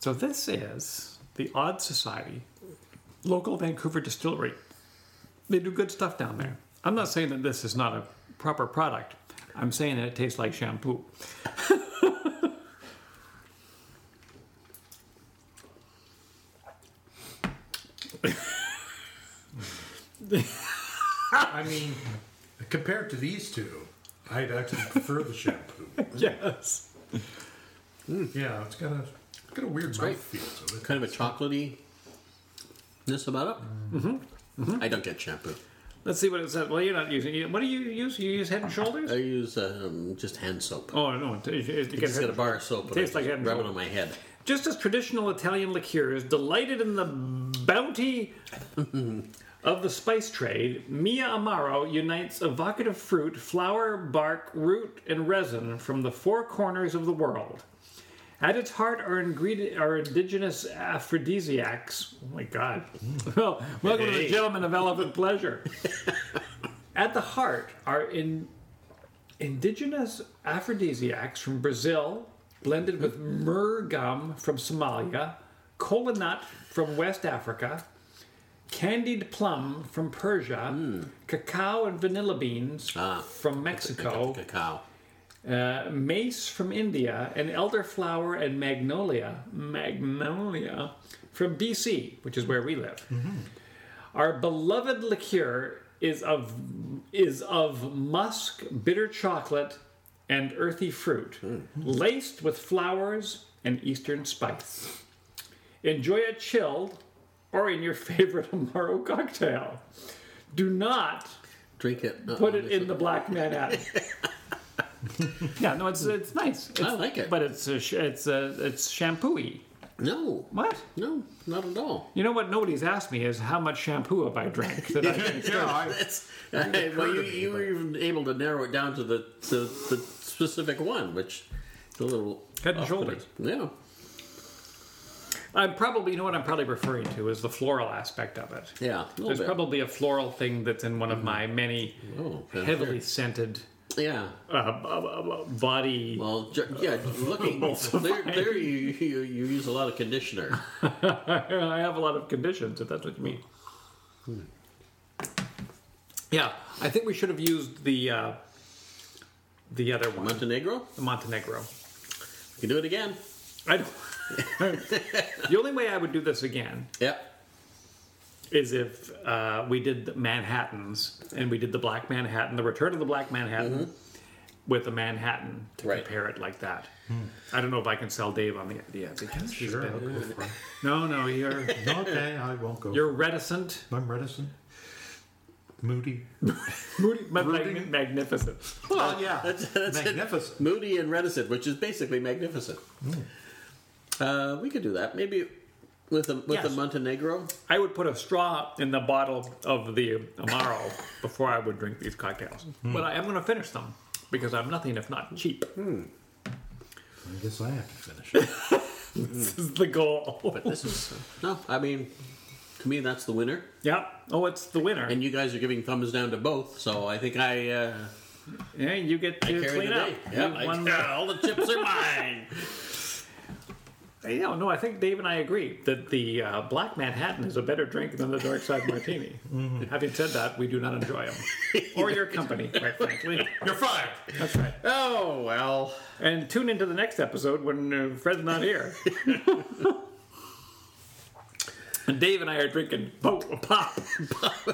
so this is the Odd Society, local Vancouver distillery. They do good stuff down there. I'm not saying that this is not a proper product. I'm saying that it tastes like shampoo. I mean, compared to these two, I'd actually prefer the shampoo. Yes. Yeah, it's got a, it's got a weird great. mouth feel to it. Kind of a chocolatey. This about it. Mm-hmm. I don't get shampoo. Let's see what it says. Well, you're not using it. What do you use? You use Head and Shoulders? I use um, just hand soap. Oh, no. It, it, it I gets- just got a bar of soap and Tastes I like just head and rub it shoulders. on my head. Just as traditional Italian liqueurs, delighted in the bounty of the spice trade, Mia Amaro unites evocative fruit, flower, bark, root, and resin from the four corners of the world. At its heart are, ingred- are indigenous aphrodisiacs. Oh my God. Well, welcome to the Hey. gentlemen of Elephant Pleasure. At the heart are in indigenous aphrodisiacs from Brazil, blended with myrrh gum from Somalia, kola nut from West Africa, candied plum from Persia, cacao and vanilla beans Hmm. Ah. from Mexico, Cacao. uh, mace from India, and elderflower and magnolia, magnolia from BC, which is where we live. Our beloved liqueur is of is of musk, bitter chocolate, and earthy fruit, laced with flowers and eastern spice. Enjoy it chilled or in your favorite Amaro cocktail. Do not Drink it. Uh-oh, put it this in the black man alley. yeah, no, it's it's nice. It's, like it. but it's a, sh- it's a, it's shampoo-y. is- No. What? No, not at all. You know what? Nobody's asked me is how much shampoo have I drank? That I yeah, I, That's, I- well, you, occurred to me, you were even able to narrow it down to the, to, the specific one, which is a little. Head and off-putting. shoulders. Yeah. I'm probably, you know what I'm probably referring to is the floral aspect of it. Yeah. A little There's bit. probably a floral thing that's in one of my many Oh, yeah, heavily scented sure. Yeah. uh, uh, uh, body. Well, ju- yeah, looking there, there you, you you use a lot of conditioner. I have a lot of conditions, if that's what you mean. Yeah, I think we should have used the uh, the other one, Montenegro, the Montenegro. you can do it again. I don't. the only way I would do this again Yep. is if uh, we did the Manhattans and we did the Black Manhattan, the Return of the Black Manhattan, with the Manhattan to Right. compare it like that. I don't know if I can sell Dave on the idea because he's sure. been- I'll go for it. no, no, you're Okay, I won't go. you're reticent, I'm reticent. Moody. moody, but Brooding. mag- magnificent. Well, yeah. That's, that's it. Magnificent. Moody and reticent, which is basically magnificent. Uh, we could do that maybe with a with a Yes. Montenegro. I would put a straw in the bottle of the amaro before I would drink these cocktails, Mm-hmm. but I am going to finish them because I'm nothing if not cheap. I guess I have to finish it. This is the goal. This is uh, no. I mean, to me, that's the winner. yeah. Oh, it's the winner. And you guys are giving thumbs down to both, so I think I uh, yeah, you get to carry clean the up. day. You Yep, I- won- all the chips are mine. Yeah, no, I think Dave and I agree that the uh, Black Manhattan is a better drink than the Dark Side Martini. Mm-hmm. Having said that, we do not enjoy them. or your company, quite frankly. You're fired. That's right. Oh well. And tune into the next episode when uh, Fred's not here. and Dave and I are drinking boat pop.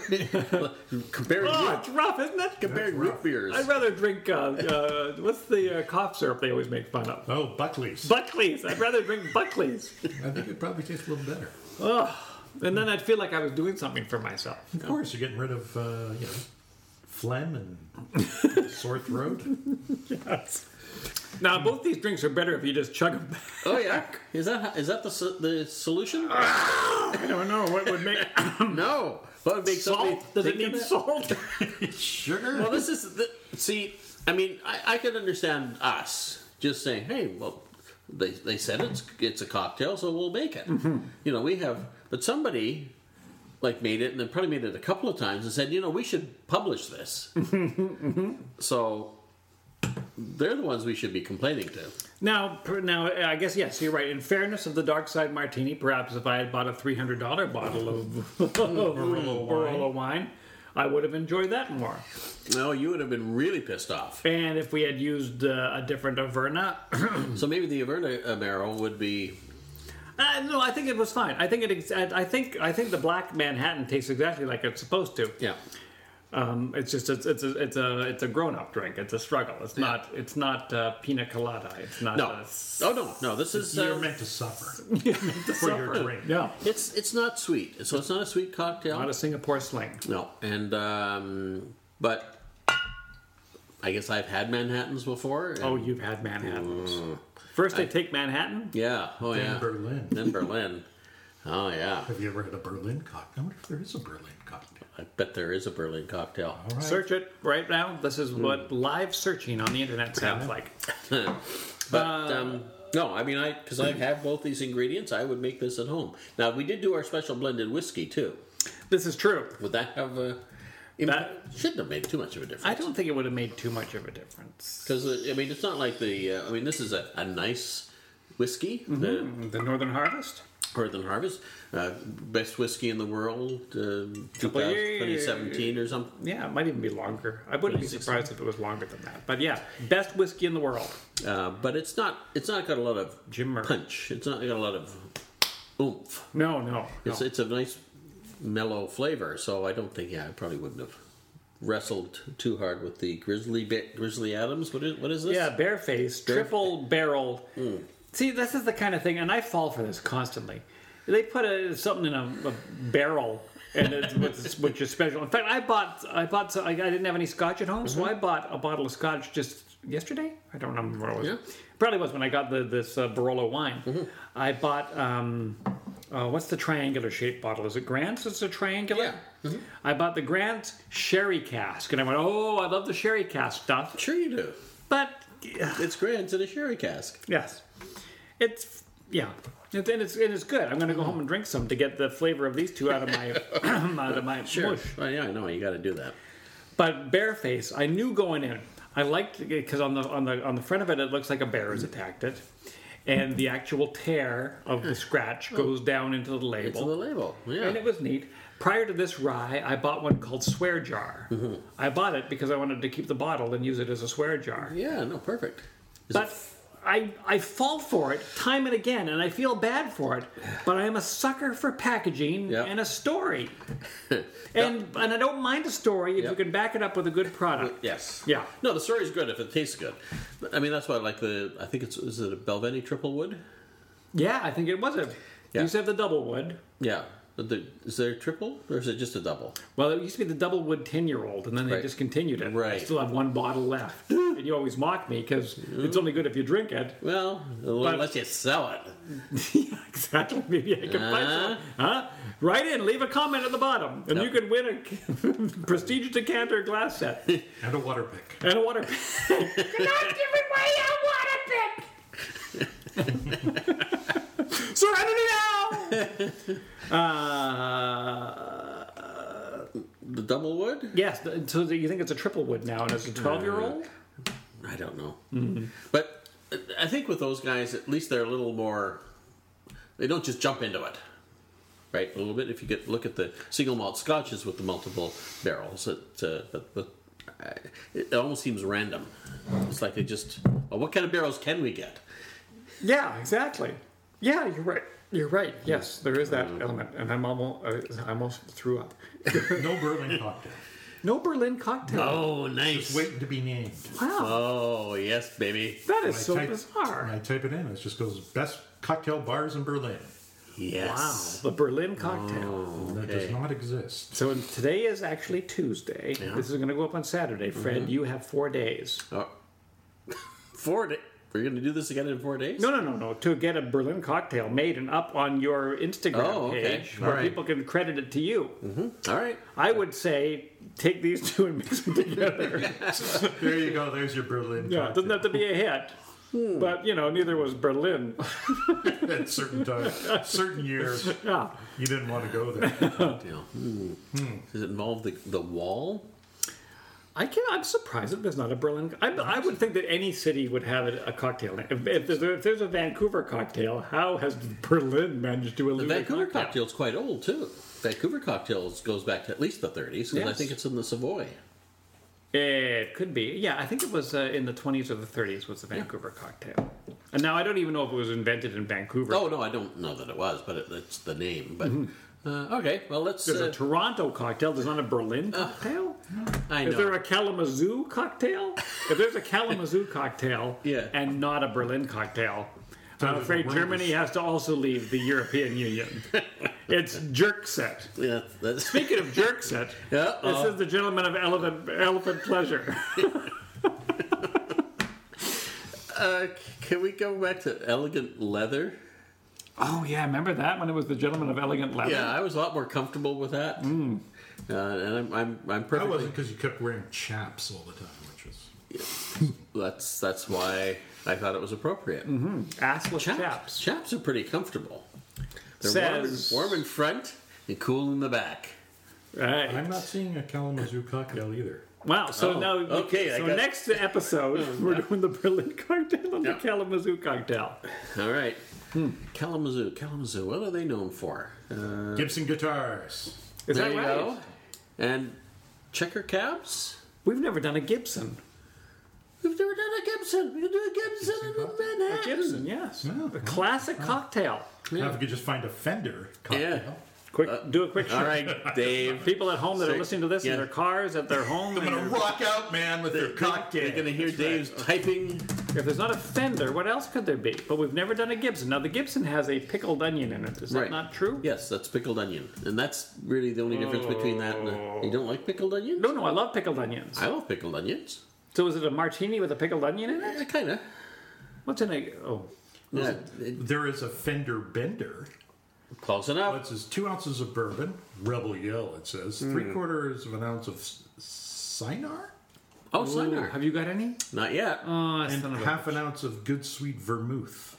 Comparing Oh, root- it's rough, isn't it? comparing root beers. I'd rather drink, uh, uh, what's the uh, cough syrup they always make fun of? Oh, Buckley's. Buckley's. I'd rather drink Buckley's. I think it probably tastes a little better. Ugh. And then I'd feel like I was doing something for myself. Of course, you're getting rid of, uh, you know, phlegm and sore throat. Now, both these drinks are better if you just chug them. Oh yeah, is that is that the so- the solution? Uh, I don't know what would make no, what would make somebody salt. Does it think of need that? salt? Sugar? Well, this is the, see. I mean, I, I could understand us just saying, "Hey, well, they, they said it's it's a cocktail, so we'll make it." You know, we have, but somebody like made it and then probably made it a couple of times and said, "You know, we should publish this." Mm-hmm. So they're the ones we should be complaining to. now, per- now, I guess yes, you're right. In fairness of the dark side martini, perhaps if I had bought a three hundred dollar bottle of of Barolo wine, I would have enjoyed that more. No, you would have been really pissed off. And if we had used uh, a different Averna, Mm-hmm. So maybe the Averna Amaro would be uh, no, I think it was fine. I think it. Ex- I I think I think the black Manhattan tastes exactly like it's supposed to. yeah. Um, it's just it's it's a it's a, it's a grown up drink. It's a struggle. It's not it's not uh, pina colada. It's not No, uh, oh no, no. This is You're uh, meant to suffer for your drink. yeah, It's it's not sweet, so it's not a sweet cocktail. not a Singapore sling. no, and um, but I guess I've had Manhattan's before. and- Oh, you've had Manhattans. First, they take Manhattan. yeah, oh yeah, In Berlin. Then Berlin. Oh yeah, Have you ever had a Berlin cocktail? I wonder if there is a Berlin cocktail. I bet there is a Berlin cocktail. All right. Search it right Hmm. now. This is what live searching on the internet sounds like. but um, no, I mean I because I have both these ingredients, I would make this at home. Now we did do our special blended whiskey too. This is true. Would that have a? It That- shouldn't have made too much of a difference. I don't think it would have made too much of a difference. because I mean it's not like the. Uh, I mean this is a, a nice whiskey. The- The Northern Harvest. Earth and Harvest, uh, best whiskey in the world, uh, 2000 2017 or something. Yeah, it might even be longer. I wouldn't be 26. surprised if it was longer than that. But yeah, best whiskey in the world. Uh, but it's not. It's not got a lot of Jim Murray. punch. It's not got a lot of oomph. No, no, no. It's, it's a nice mellow flavor. So I don't think. Yeah, I probably wouldn't have wrestled too hard with the Grizzly ba- Grizzly Adams. What is what is this? Yeah, barefaced, triple barrel. See, this is the kind of thing, and I fall for this constantly. They put a, something in a, a barrel, and it's which, which is special. In fact, I bought, I bought, so I, I didn't have any scotch at home, so I bought a bottle of scotch just yesterday. I don't remember what it was. Yeah. Probably was when I got the, this uh, Barolo wine. I bought, um, uh, what's the triangular shaped bottle? Is it Grant's? It's a triangular. Yeah. I bought the Grant's sherry cask, and I went, oh, I love the sherry cask stuff, Sure you do. but It's Grant's in a sherry cask. Yes, it's yeah, and it's and it's good. I'm gonna go home and drink some to get the flavor of these two out of my out of my mush. Well, Oh, yeah, I know. You got to do that. But Bearface, I knew going in. I liked it because on the on the on the front of it, it looks like a bear has attacked it, and the actual tear of the scratch goes down into the label. It's on the label. Yeah. And it was neat. Prior to this rye, I bought one called Swear Jar. Mm-hmm. I bought it because I wanted to keep the bottle and use it as a swear jar. yeah. No. Perfect. Is But I, I fall for it time and again, and I feel bad for it. But I am a sucker for packaging Yeah. and a story, and and I don't mind a story if Yeah. you can back it up with a good product. Yes. Yeah. No, the story's good if it tastes good. I mean, that's why I like the. I think it's is it a Belveni triple wood? Yeah, I think it was a. Yeah. You used to have the double wood. Yeah. But the- is there a triple or is it just a double? Well, it used to be the double wood ten year old, and then they Right. discontinued it. I Right. still have one bottle left, and you always mock me because it's only good if you drink it. Well, unless you sell it. yeah, exactly. Maybe I can find Uh-huh. some. Huh? Write in, leave a comment at the bottom, and you can win a prestigious decanter glass set and And a water pick. a water. pick. Serenity now. uh, The double wood? yes. th- So you think it's a triple wood now, and it's a twelve-year-old. I don't know. But I think with those guys, at least they're a little more. They don't just jump into it, right? A little bit. If you get look at the single malt scotches with the multiple barrels, it uh, but, but I, it almost seems random. It's like they just. Well, what kind of barrels can we get? Yeah, exactly. Yeah, you're right. You're right. Yes, there is that element, and I'm almost, uh, I almost threw up. No Berlin cocktail. No Berlin cocktail. Oh, nice. Waiting to be named. Wow. Oh yes, baby. That is I so type- When I bizarre. type it in, it just goes best cocktail bars in Berlin. Wow, Yes. the Berlin cocktail. That does not exist. So today is actually Tuesday. This is going to go up on Saturday. Fred, you have four days. Oh. Four days. We're gonna do this again in four days. No, no, no, no. To get a Berlin cocktail made and up on your Instagram Oh, okay. page All where right. people can credit it to you. All right. I would say take these two and mix them together. There you go. There's your Berlin. yeah, it cocktail doesn't have to be a hit. But, you know, neither was Berlin. At certain times, certain years, Yeah. you didn't want to go there. Deal. Does it involve the the wall? I can I'm surprised that there's not a Berlin. I, I would think that any city would have a, a cocktail. If, if, there's a, if there's a Vancouver cocktail, how has Berlin managed to The elude Vancouver a cocktail? cocktail's quite old too. Vancouver cocktails goes back to at least the 30s, and I Yes. think it's in the Savoy. It could be. Yeah, I think it was uh, in the 20s or the 30s was the Vancouver cocktail. And now I don't even know if it was invented in Vancouver. Oh no, I don't know that it was, but it, it's the name. But uh, okay, well let's. Mm-hmm. there's Uh, a Toronto cocktail. There's not a Berlin cocktail. I Is know. there a Kalamazoo cocktail? if there's a Kalamazoo cocktail Yeah. and not a Berlin cocktail, I'm the afraid world Germany is- has to also leave the European Union. it's jerk set. yeah, that's, Speaking of jerk set, Yeah, this uh, is the gentleman of elephant, elephant pleasure. uh, can we go back to elegant leather? oh, yeah, remember that when it was the gentleman of elegant leather? Yeah, I was a lot more comfortable with that, Mm. uh, and I'm I'm, I'm I perfectly. wasn't because you kept wearing chaps all the time, which was That's that's why I thought it was appropriate. Assless Mm-hmm. chaps. Chaps. Chaps are pretty comfortable. They're Says- warm, and, warm in front and cool in the back. Right. I'm not seeing a Kalamazoo cocktail either. Wow. So Oh, now, okay, I So got- Oh, next episode, we're doing the Berlin cocktail and Yeah. the Kalamazoo cocktail. All right. Kalamazoo. Kalamazoo. What are they known for? Uh, Gibson guitars. Is there that you right? go. And checker cabs. We've never done a Gibson. We've never done a Gibson. We can do a Gibson in Manhattan. Gibson, yes. Yeah. A classic cocktail. Now if you could just find a Fender cocktail. Yeah. Quick, do a quick Uh, All shot. right, Dave. People at home that are Say- listening to this yeah. in their cars, at their home, I'm and gonna their- rock out, man, with your They're cocktail. going to hear Dave's typing. if there's not a Fender, what else could there be? But we've never done a Gibson. Now the Gibson has a pickled onion in it. Is that Right. not true? Yes, that's pickled onion, and that's really the only difference between that and a, you don't like pickled onions. Oh. No, no, I love pickled onions. I love pickled onions. So is it a martini with a pickled onion in it? Yeah, kind of. What's in a oh? Yeah, it- There is a Fender Bender. close enough. It says two ounces of bourbon, Rebel Yell. It says three quarters of an ounce of s- Sinar, Oh, Ooh, cider. have you got any? Not yet. Oh, and son of a- half an ounce of good sweet vermouth,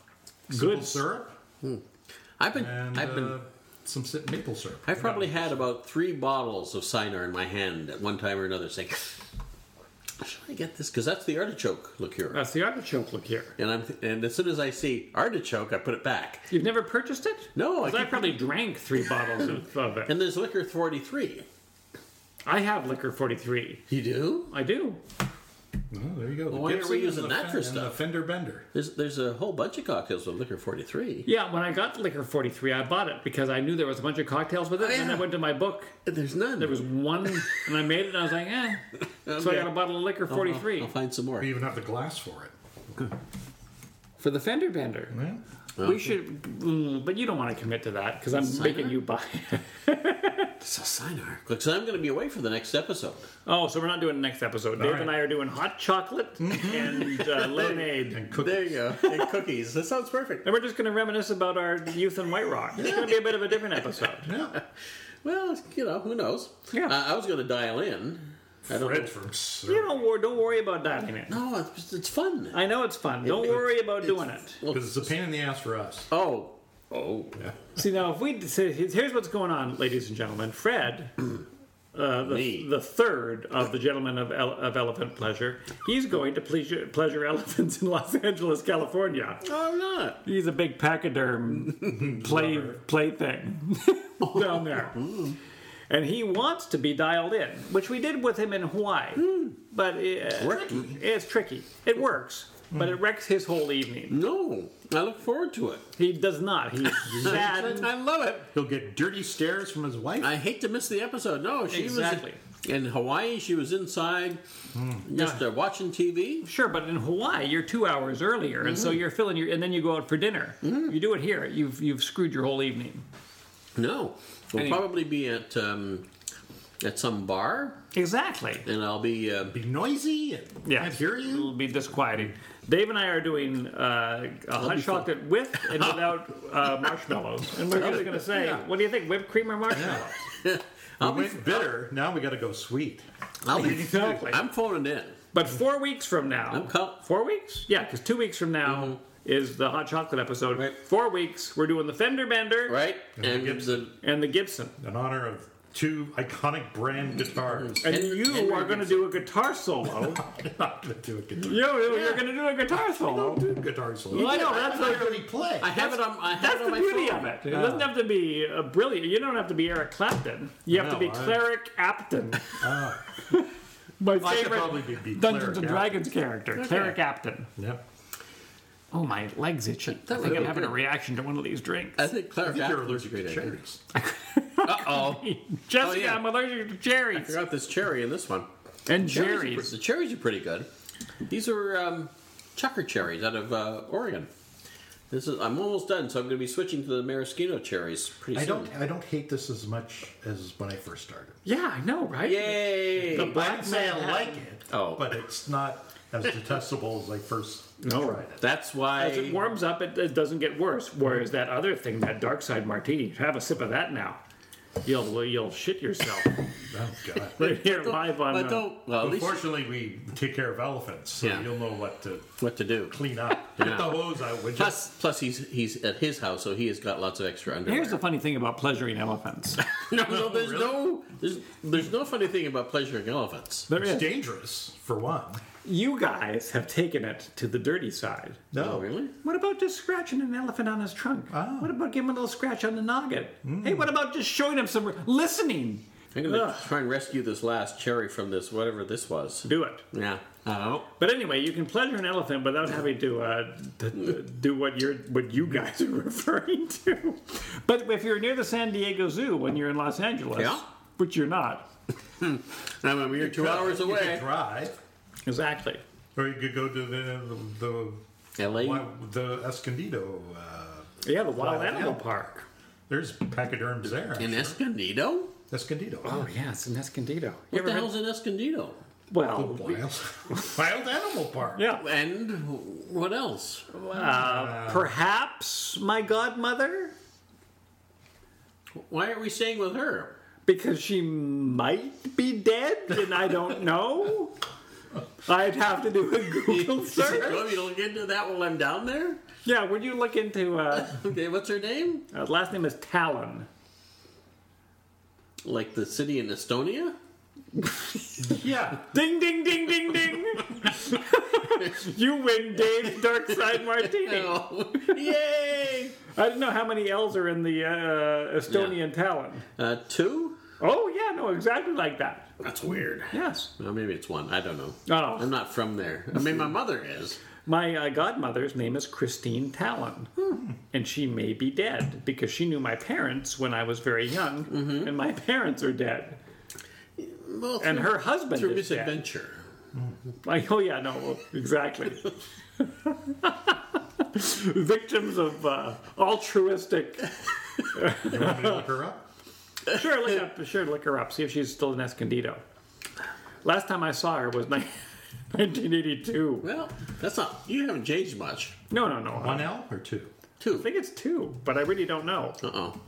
simple Good. syrup, I've been. and I've been. uh, some si- maple syrup. I've probably had about three bottles of cider in my hand at one time or another, saying, "Should I get this?" Because that's the artichoke liqueur. That's the artichoke look here. and I'm th- and as soon as I see artichoke, I put it back. You've never purchased it? No, I Because I, keep- probably drank three bottles of, of it. And there's liquor forty three. I have liquor 43. You do? I do. Oh, there you go. The why are we Gibson and using the that Fen- for and stuff? The Fender Bender. There's there's a whole bunch of cocktails with liquor forty three. Yeah, when I got liquor 43, I bought it because I knew there was a bunch of cocktails with it. Oh, And yeah. I went to my book. There's none. There was one, and I made it, and I was like, eh. So I got a bottle of liquor 43 I'll, I'll find some more. We even have the glass for it. for the Fender Bender. Yeah. We should, mm, but you don't want to commit to that because I'm making you buy. it. It's a cider. Because I'm going to be away for the next episode. oh, so we're not doing the next episode. Dave right. and I are doing hot chocolate and uh, lemonade. And cookies. There you go. and cookies. That sounds perfect. And we're just going to reminisce about our youth in White Rock. It's going to be a bit of a different episode. Yeah. Well, you know, who knows? Yeah. Uh, I was going to dial in. I don't Bread know. from You syrup. don't worry. Don't worry about dialing it. No, it's, just- it's fun. I know it's fun. Don't it- worry about doing it. Well, Because it's a pain in the ass for us. oh. Oh. See now, if we so here's what's going on, ladies and gentlemen. Fred, uh, the, Me. the third of the gentlemen of, ele- of Elephant Pleasure, he's going to pleasure, pleasure elephants in Los Angeles, California. No, I'm not. He's a big pachyderm play plaything down there. And he wants to be dialed in, which we did with him in Hawaii. But it, Worked. it's Hmm. tricky. Hmm. It works, but it wrecks his whole evening. No. I look forward to it. He does not. He's sad. I love it. He'll get dirty stares from his wife. I hate to miss the episode. No, she Exactly. Hmm. was in Hawaii. She was inside, just uh, watching TV. Sure, but in Hawaii, you're two hours earlier, and so you're filling your, and then you go out for dinner. You do it here, you've you've screwed your whole evening. No, we'll Anyway. probably be at um, at some bar, Exactly. and I'll be uh, Be noisy and Yeah, can't hear It'll you. be disquieting. Dave and I are doing uh, a hot be fun. chocolate with and without uh, marshmallows, and we're just going to say, yeah. what do you think, whipped cream or marshmallows? We I'll be went bitter. Now we got to go sweet. I'll be Exactly. I'm phoning in. But four weeks from now, I'm co- four weeks, yeah, because two weeks from now. Is the hot chocolate episode? Right. Four weeks. We're doing the Fender Bender Right, and uh, Gibson. and the Gibson. In honor of two iconic brand guitars. And Henry- you Henry are going to do a guitar solo. I'm not going to do a guitar. Yo, yo, you're gonna do a guitar solo. Don't do guitar solo. Well, I know that's I like, really play. I have it on. I have that's it the on my beauty phone. of it. It doesn't have to be uh, brilliant. You don't have to be Eric Clapton. You have to No, be I- Ah. Cleric Apton. my I should favorite probably be, be Dungeons Claire, and yeah. Dragons character, Cleric Apton. Yep. Oh, my leg's itching. That I would think I'm be having a good. reaction to one of these drinks. I think Clara I think you're Gaffney was a allergic great to idea. cherries. Uh oh. Jessica, yeah. I'm allergic to I cherries got this cherry in this one. and Cherries are pre- cherries. The cherries are pretty good. These are um, chucker cherries out of uh, Oregon. This is. I'm almost done, so I'm going to be switching to the maraschino cherries pretty I soon. don't. I don't hate this as much as when I first started. Yeah, I know, right? Yay! The I black didn't say I man. like it, Oh. but it's not as detestable as I first tried it. That's why. As it warms up, it, it doesn't get worse. Whereas that other thing, that dark side martini, have a sip of that now. You'll you'll shit yourself. Oh God. We're here live on. but uh, don't. Well, at least Unfortunately, we take care of elephants, so Yeah. you'll know what to what to do. clean up. Get Yeah. the hose out, would you? Plus, plus he's he's at his house, so he has got lots of extra underwear. Here's the funny thing about pleasuring elephants. no, no, there's Really? no there's there's no funny thing about pleasuring elephants. There it's is. dangerous for one. You guys have taken it to the dirty side. No, Oh, really? What about just scratching an elephant on his trunk? Ah. What about giving him a little scratch on the noggin? Hey, what about just showing him some listening? I'm gonna Ugh. try and rescue this last cherry from this whatever this was. Do it. Yeah, Oh, But anyway, you can pleasure an elephant without having to uh, d- d- do what you're what you guys are referring to. But if you're near the San Diego Zoo when you're in Los Angeles, Yeah. which you're not, I'm, I'm here two hours You could away. drive, exactly. or you could go to the the L.A. the Escondido. Uh, Yeah, the Wild, Wild Animal Animal. Park. there's pachyderms there. in Escondido. Escondido. Oh yes, in Escondido. You What ever the heard- hell's in Escondido? Well, Wild, wild animal park. yeah. And what else? Uh, perhaps my godmother, Why aren't we staying with her? because she might be dead, and I don't know. I'd have to do a Google Is it- you search. want me to look into that while I'm down there? Yeah, would you look into uh, Okay, what's her name? uh, last name is Talon. Like the city in Estonia? Yeah. Ding, ding, ding, ding, ding. you win Dave's Dark Side Martini. Oh, yay! I don't know how many L's are in the uh, Estonian Talon. Uh, two? Oh, yeah, no, exactly like that. That's weird. Yes. Well, maybe it's one. I don't know. Oh. I'm not from there. I mean, my mother is. My uh, godmother's name is Christine Talon, and she may be dead because she knew my parents when I was very young, and my parents are dead, Well, and her husband through is dead. misadventure. Like, oh yeah, no, well, exactly. Victims of uh, altruistic. You want me to look her up? Sure, look up. Sure, look her up. See if she's still in Escondido. Last time I saw her was ni- 1982. Well, that's not. You haven't changed much. No, no, no. One I L or two? Two. think it's two, but I really don't know. Uh oh.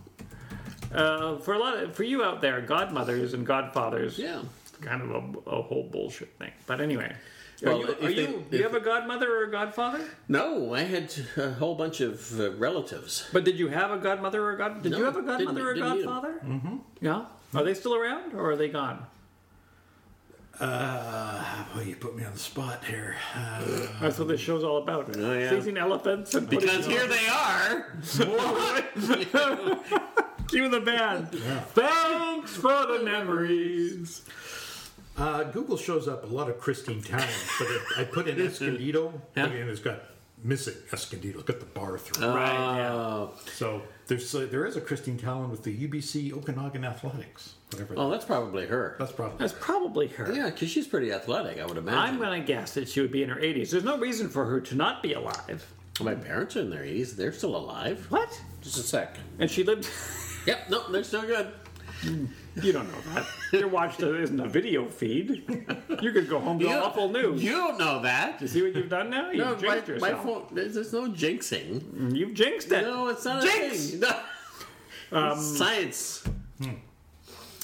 Uh, for a lot of for you out there, godmothers and godfathers, Yeah. it's kind of a, a whole bullshit thing. But anyway, Well, are you, if are they- you, do you if- have a godmother or a godfather? No, I had a whole bunch of uh, relatives. But did you have a godmother or a god? Did No, you have a didn't- godmother or a didn't need 'em. godfather? Mm-hmm. Yeah. Are they still around or are they gone? Uh, well, you put me on the spot here. Uh, That's what this show's all about. Oh, yeah. Seizing elephants and putting Because here they are. Cue the band. Thanks for the memories. uh, Google shows up a lot of Christine Towns, but it, I put in Escondido, and it's got missing Escondido. It's got the bar through. Uh, it. Right. Yeah. Oh, So there's uh, there is a Christine Tallon with the UBC Okanagan Athletics, whatever. oh, that- that's probably her. that's probably That's probably her. Yeah, because she's pretty athletic, I would imagine. I'm gonna guess that she would be in her 80s. There's no reason for her to not be alive. My parents are in their 80s. They're still alive. What? Just a sec. And she lived. Yep, no, they're still good. You don't know that. Your watch isn't a video feed. You could go home to You- awful news. You don't know that. See what you've done now? You've No, my, jinxed my yourself. Mm, phone, there's, there's no jinxing. You've jinxed it. No, it's not Jinx! a thing. No. It's Science.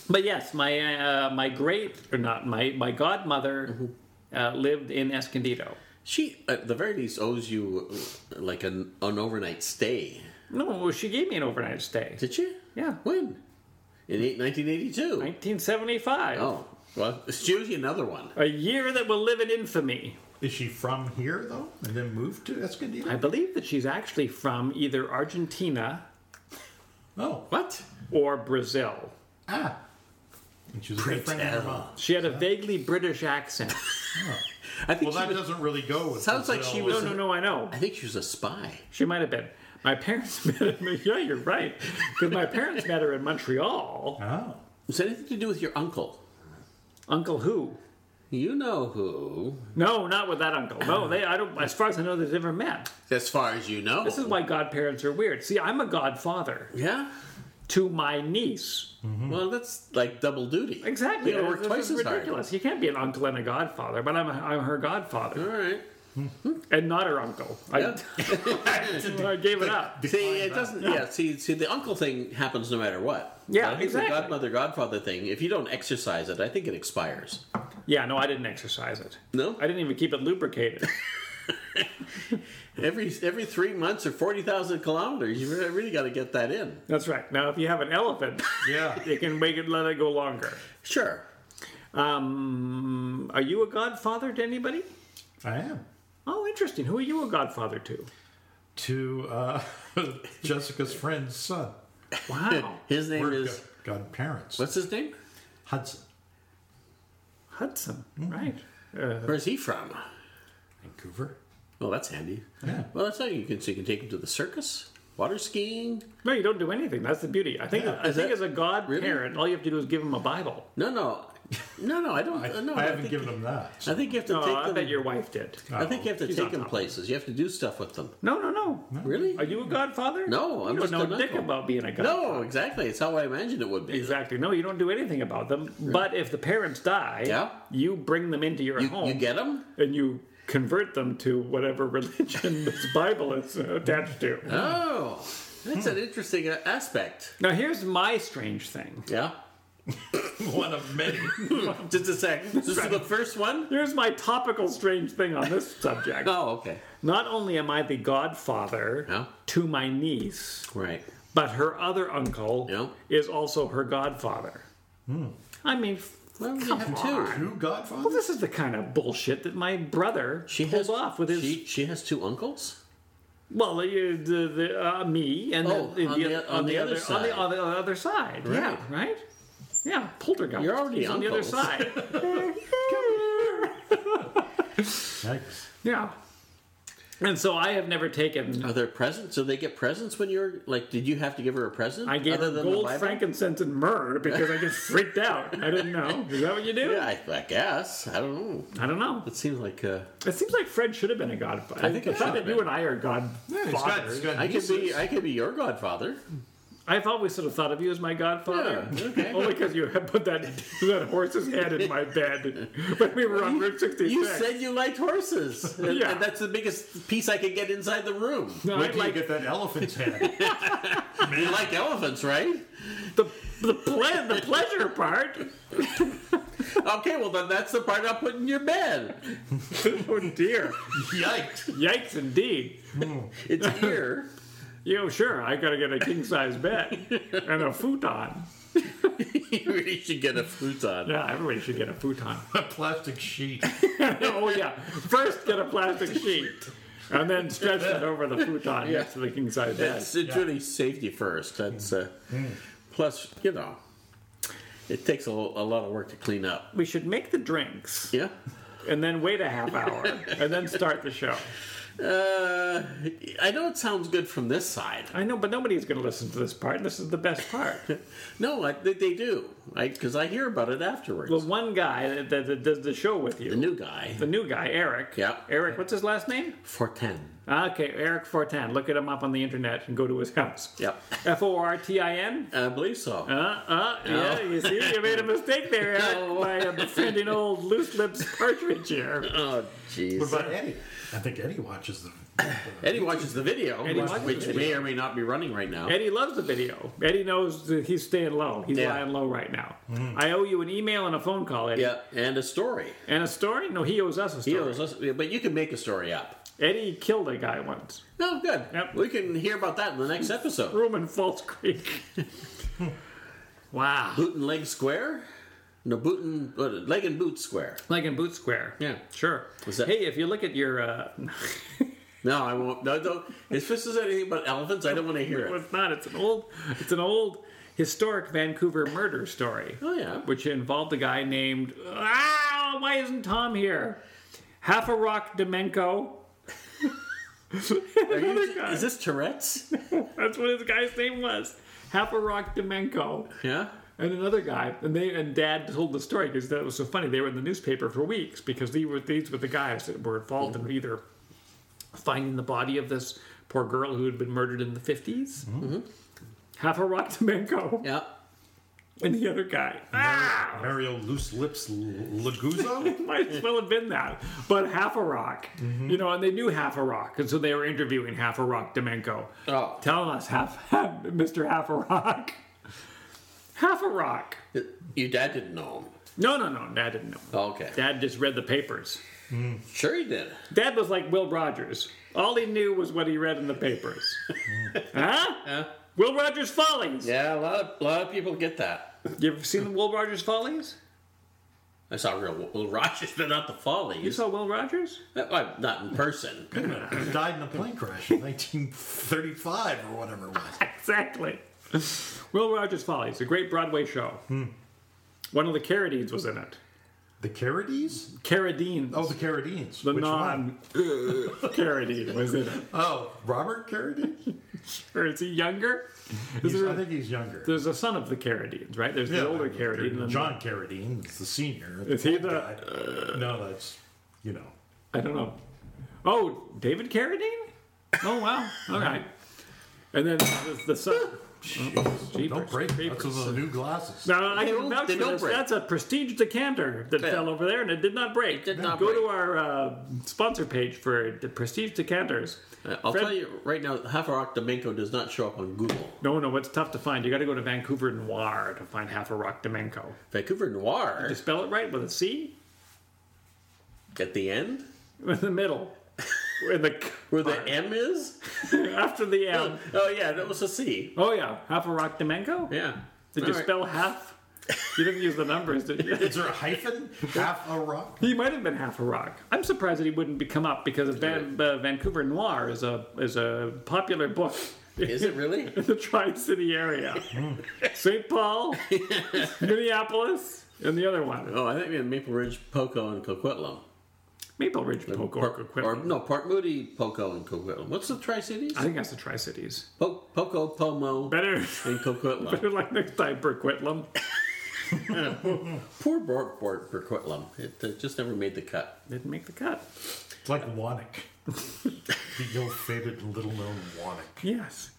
But yes, my uh, my great or not my my godmother Mm-hmm. uh, lived in Escondido. She, at the very least, owes you uh, like an, an overnight stay. No, she gave me an overnight stay. Did she? Yeah, When? In eight- 1982. 1975. Oh, well, it's usually another one. A year that will live in infamy. Is she from here though, and then moved to Escondido? I believe that she's actually from either Argentina oh, What? or Brazil. ah, and she's a good friend of her mom. She had a vaguely British accent. I think Well, that she was, doesn't really go with. Sounds like Brazil. she No, was- no, no, I know. I think she was a spy. She might have been. My parents met her. Yeah, you're right. Because my parents met her in Montreal. Oh, Was that anything to do with your uncle? Uncle who? You know who. No, not with that uncle. No, they. I don't. As far as I know, they've never met. As far as you know. This is why godparents are weird. See, I'm a godfather Yeah? to my niece. Well, that's like double duty. Exactly. You gotta work This twice is as hard. ridiculous. You can't be an uncle and a godfather, but I'm, I'm her godfather All right. and not her uncle. I, Yeah. I gave it up. See, it doesn't. Yeah. See, see, the uncle thing happens no matter what. Yeah, I think exactly. The godmother, godfather thing. If you don't exercise it, I think it expires. Yeah, no, I didn't exercise it. No. I didn't even keep it lubricated. Every every three months or forty thousand kilometers, you really, really got to get that in. That's right. Now, if you have an elephant, yeah. you can make it let it go longer. Sure. Um, are you a godfather to anybody? I am. Oh, interesting. Who are you a godfather to? To uh, Jessica's friend's son. Wow. His name We're is go- godparents. what's his name? Hudson. Hmm. Hudson, right? Where's he from? Vancouver. Well, that's handy. Well, that's how you can so you can take him to the circus, water skiing. No, you don't do anything. That's the beauty. I think. Yeah, I is think that- as a godparent, all you have to do is give him a Bible. No, no, no, no. I don't. I, no, I I haven't think- given them that. I think you have to No, take Oh, I them. bet your wife did. I think you have to She's take on them top. places. You have to do stuff with them. No, no, no. Really? Are you a godfather? No, you I'm don't just know an dick uncle. about being a godfather. No, exactly. It's how I imagined it would be. Exactly. No, you don't do anything about them. But if the parents die, Yeah. you bring them into your You, home Hmm. you get them? and you convert them to whatever religion this Bible is attached to. Oh, that's an interesting uh, aspect. Now, here's my strange thing. Yeah. One of many. Just a sec. This is the first one. Here's my topical strange thing on this subject. Oh, okay. Not only am I the godfather Yeah. to my niece, Right. but her other uncle Yeah. is also her godfather. Hmm. I mean, f- Well, you Come have two. Two Godfathers? this is the kind of bullshit that my brother She pulled has off with his. She, she has two uncles. Well, uh, you- the, the, uh, me and Oh, the, on the- on the other on side. the other, other side. Yeah, Right. right. Yeah, poltergeist. You're already He's on the other uncles. side. Come here. Yikes. Yeah. And so I have never taken. Are there presents? So they get presents when you're like? Did you have to give her a present? I gave other her than the gold, Bible? frankincense, and myrrh because I just freaked out. I didn't know. Is that what you do? Yeah, I, I guess. I don't know. I don't know. It seems like uh, It seems like Fred should have been a godfather. I think the it fact should have that you been. and I are Yeah, he's got, he's godfathers. got I could be. nieces. I could be your godfather. I've always sort of thought of you as my godfather. Yeah, okay. Only because you had put that that horse's head in my bed when we were on Route 66. You said you liked horses. and, Yeah. and that's the biggest piece I could get inside the room. No, Where I do you like get that elephant's head? You like elephants, right? the the, ple- the pleasure part. Okay, well then that's the part I'll put in your bed. Oh dear! Yikes. Yikes, indeed. It's here. You know, sure, I gotta get a king size bed and a futon. you really should get a futon. Yeah, everybody should get a futon. A plastic sheet. oh yeah, first get a plastic sheet, and then stretch that over the futon next to the king size bed. It's, it's really safety first. That's uh, plus you know, it takes a, lo- a lot of work to clean up. We should make the drinks Yeah. and then wait a half hour and then start the show. Uh, I know it sounds good from this side. I know, but nobody's gonna listen to this part. This is the best part. No, I, they, they do. I because I hear about it afterwards. The one guy that, that, that does the show with you, the new guy, the new guy, Eric. Yeah. Eric, what's his last name? Fortin. Okay, Eric Fortin. Look at him up on the internet and go to his house. Yep, F O R T I N? I believe so. Uh, uh, yeah, you see, you made a mistake there, Eric, No. by uh, befriending old Loose Lips Partridge here. oh, What jeez. about Eddie? I think Eddie watches them. Eddie watches the video, which, watches the which may or may not be running right now. Eddie loves the video. Eddie knows that he's staying low. He's Yeah. lying low right now. I owe you an email and a phone call, Eddie. Yeah, and a story. And a story? No, he owes us a He story. owes us- but you can make a story up. Eddie killed a guy once. Oh, good. Yep. We can hear about that in the next episode. Room in False Creek. wow. Boot and leg square? No, boot and uh, leg and boot square. Like in Boot Square. Yeah. Sure. Was that- hey, if you look at your. Uh, No, I won't. No, no. If this is anything but elephants, I don't want to hear Well, it. it's not. It's an old. It's an old historic Vancouver murder story. Oh yeah. Which involved a guy named. Ah, why isn't Tom here? Half a Rock Demenko. Are you, guy. is this Tourette's? That's what his guy's name was. Half a Rock Demenko. Yeah. And another guy, and they and Dad told the story because that was so funny. They were in the newspaper for weeks because they were, these were the guys that were involved in either finding the body of this poor girl who had been murdered in the 50s half a rock Demenko, Yeah. and the other guy. Ah! Mario Loose Lips L- Laguzzo? Might as well have been that, but Half a Rock, you know, and they knew Half a Rock, and so they were interviewing Half a Rock Demenko, Oh. telling us half, Mr. Half a Rock, Half a Rock. Your dad didn't know him. No, no, no, Dad didn't know. Oh, okay. Dad just read the papers. Sure, he did. Dad was like Will Rogers. All he knew was what he read in the papers. huh? Will Rogers Follies. Yeah, a lot of a lot of people get that. You ever seen the Will Rogers Follies? I saw real Will Rogers, but not the You Follies. saw Will Rogers? Uh, well, not in person. Died in a plane crash in 1935 or whatever it was. Exactly. Hmm. Will Rogers Follies, a great Broadway show. One of the Carradines was in it. The Carradines? Carradine. Oh, the Carradines. the Which one? non Carradine was it? Oh, Robert Carradine? Or is he younger? Is He's- there I a, think he's younger. there's a son of the Carradines, right? There's the older Carradine. and then- John Carradine is the senior. Is he Old the- guy. No, that's you know. I don't know. Oh, David Carradine? Oh, wow. All right. And then the, the son. Don't break Jeepers. that's those new glasses. Now, I can don't- vouch they for don't this. break. That's a prestige decanter that Yeah. fell over there, and it did not break. did not Go break. to our uh, sponsor page for the prestige decanters. Uh, I'll Fred- tell you right now, Haverock Domenko does not show up on Google. No, no, it's tough to find. You got to go to Vancouver Noir to find half a rock Domenko. Vancouver Noir You spell it right with a C at the end, in the middle, in the where the M is. after the M. Oh yeah, that was a C. Oh yeah, half a rock Domenko. Yeah. Did All you right. spell half? You didn't use the numbers, did you? Is there a hyphen? Half a rock? He might have been half a rock. I'm surprised that he wouldn't be come up because Van, uh, Vancouver Noir is a is a popular book Is it really? in the Tri City area. Hmm. St. Paul, Minneapolis, and the other one, Oh, I think we had Maple Ridge, Poco, and Coquitlam. Maple Ridge, Poco, or Park- or, Coquitlam. no, Park Moody, Poco, and Coquitlam. What's the Tri Cities? I think that's the Tri Cities. Po- Poco, Pomo, Better, and Coquitlam. better like next time, Perquitlam. Poor Bork Bork for Coquitlam. It uh, just never made the cut. Didn't make the cut. It's like Wannick. the ill-fated little-known Wannick. Yes.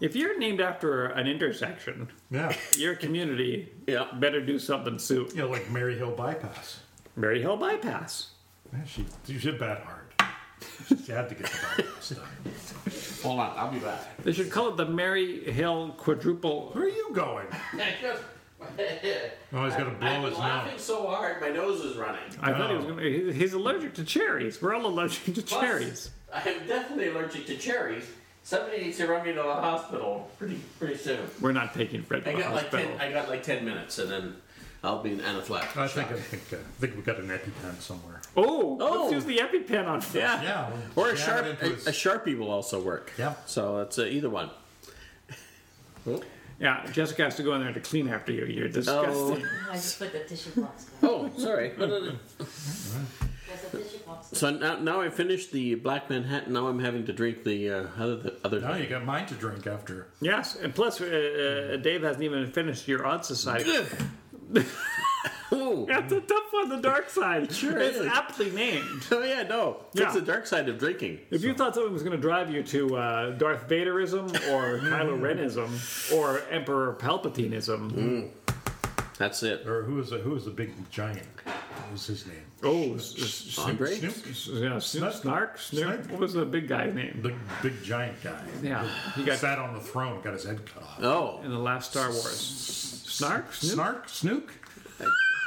If you're named after an intersection, Yeah. your community Yeah. better do something soon. You know, like Mary Hill Bypass. Mary Hill Bypass. Yeah, she she hit bat hard. She had to get the bypass done. Hold on, I'll be back. They should call it the Mary Hill quadruple. Where are you going? Oh, he's got to blow his nose. so hard, my nose is running. I thought he was Oh. going to. He's allergic to cherries. We're all allergic to cherries. I am definitely allergic to cherries. Somebody needs to run me to the hospital pretty pretty soon. We're not taking Fred to I the got like hospital. ten. I got like ten minutes, and then I'll be in anaphylactic I shock. think I think uh, I think we got an EpiPen somewhere. oh, Oh. let's use the EpiPen on Fred. yeah. Yeah, Or a jam it sharp. into A, his- a sharpie will also work. Yeah. So it's uh, either one. Yeah, Jessica has to go in there to clean after you. You're disgusting. I just put the tissue box down. Oh, sorry. No, no, no. There's a tissue box. so now, now I finished the Black Manhattan. Now I'm having to drink the uh, other the other. Now thing. you got mine to drink after. Yes, and plus, uh, uh, Dave hasn't even finished your Odd Society. Ooh. That's a tough one, the dark side. Sure It's is. aptly named. Oh yeah, no. Yeah. It's the dark side of drinking. If you thought something was going to drive you to uh, Darth Vaderism or Kylo Renism or Emperor Palpatineism, Mm. That's it. Or who was the, who was the big giant? What was his name? oh, s- s- Andre. Snoop? yeah, Snoop Snark, Snoop, Snark. what was the big guy's name? Big big giant guy. Yeah, he He got sat on the throne, got his head cut off. Oh. in the last Star Wars. Snark, Snoop? Snark? Snook?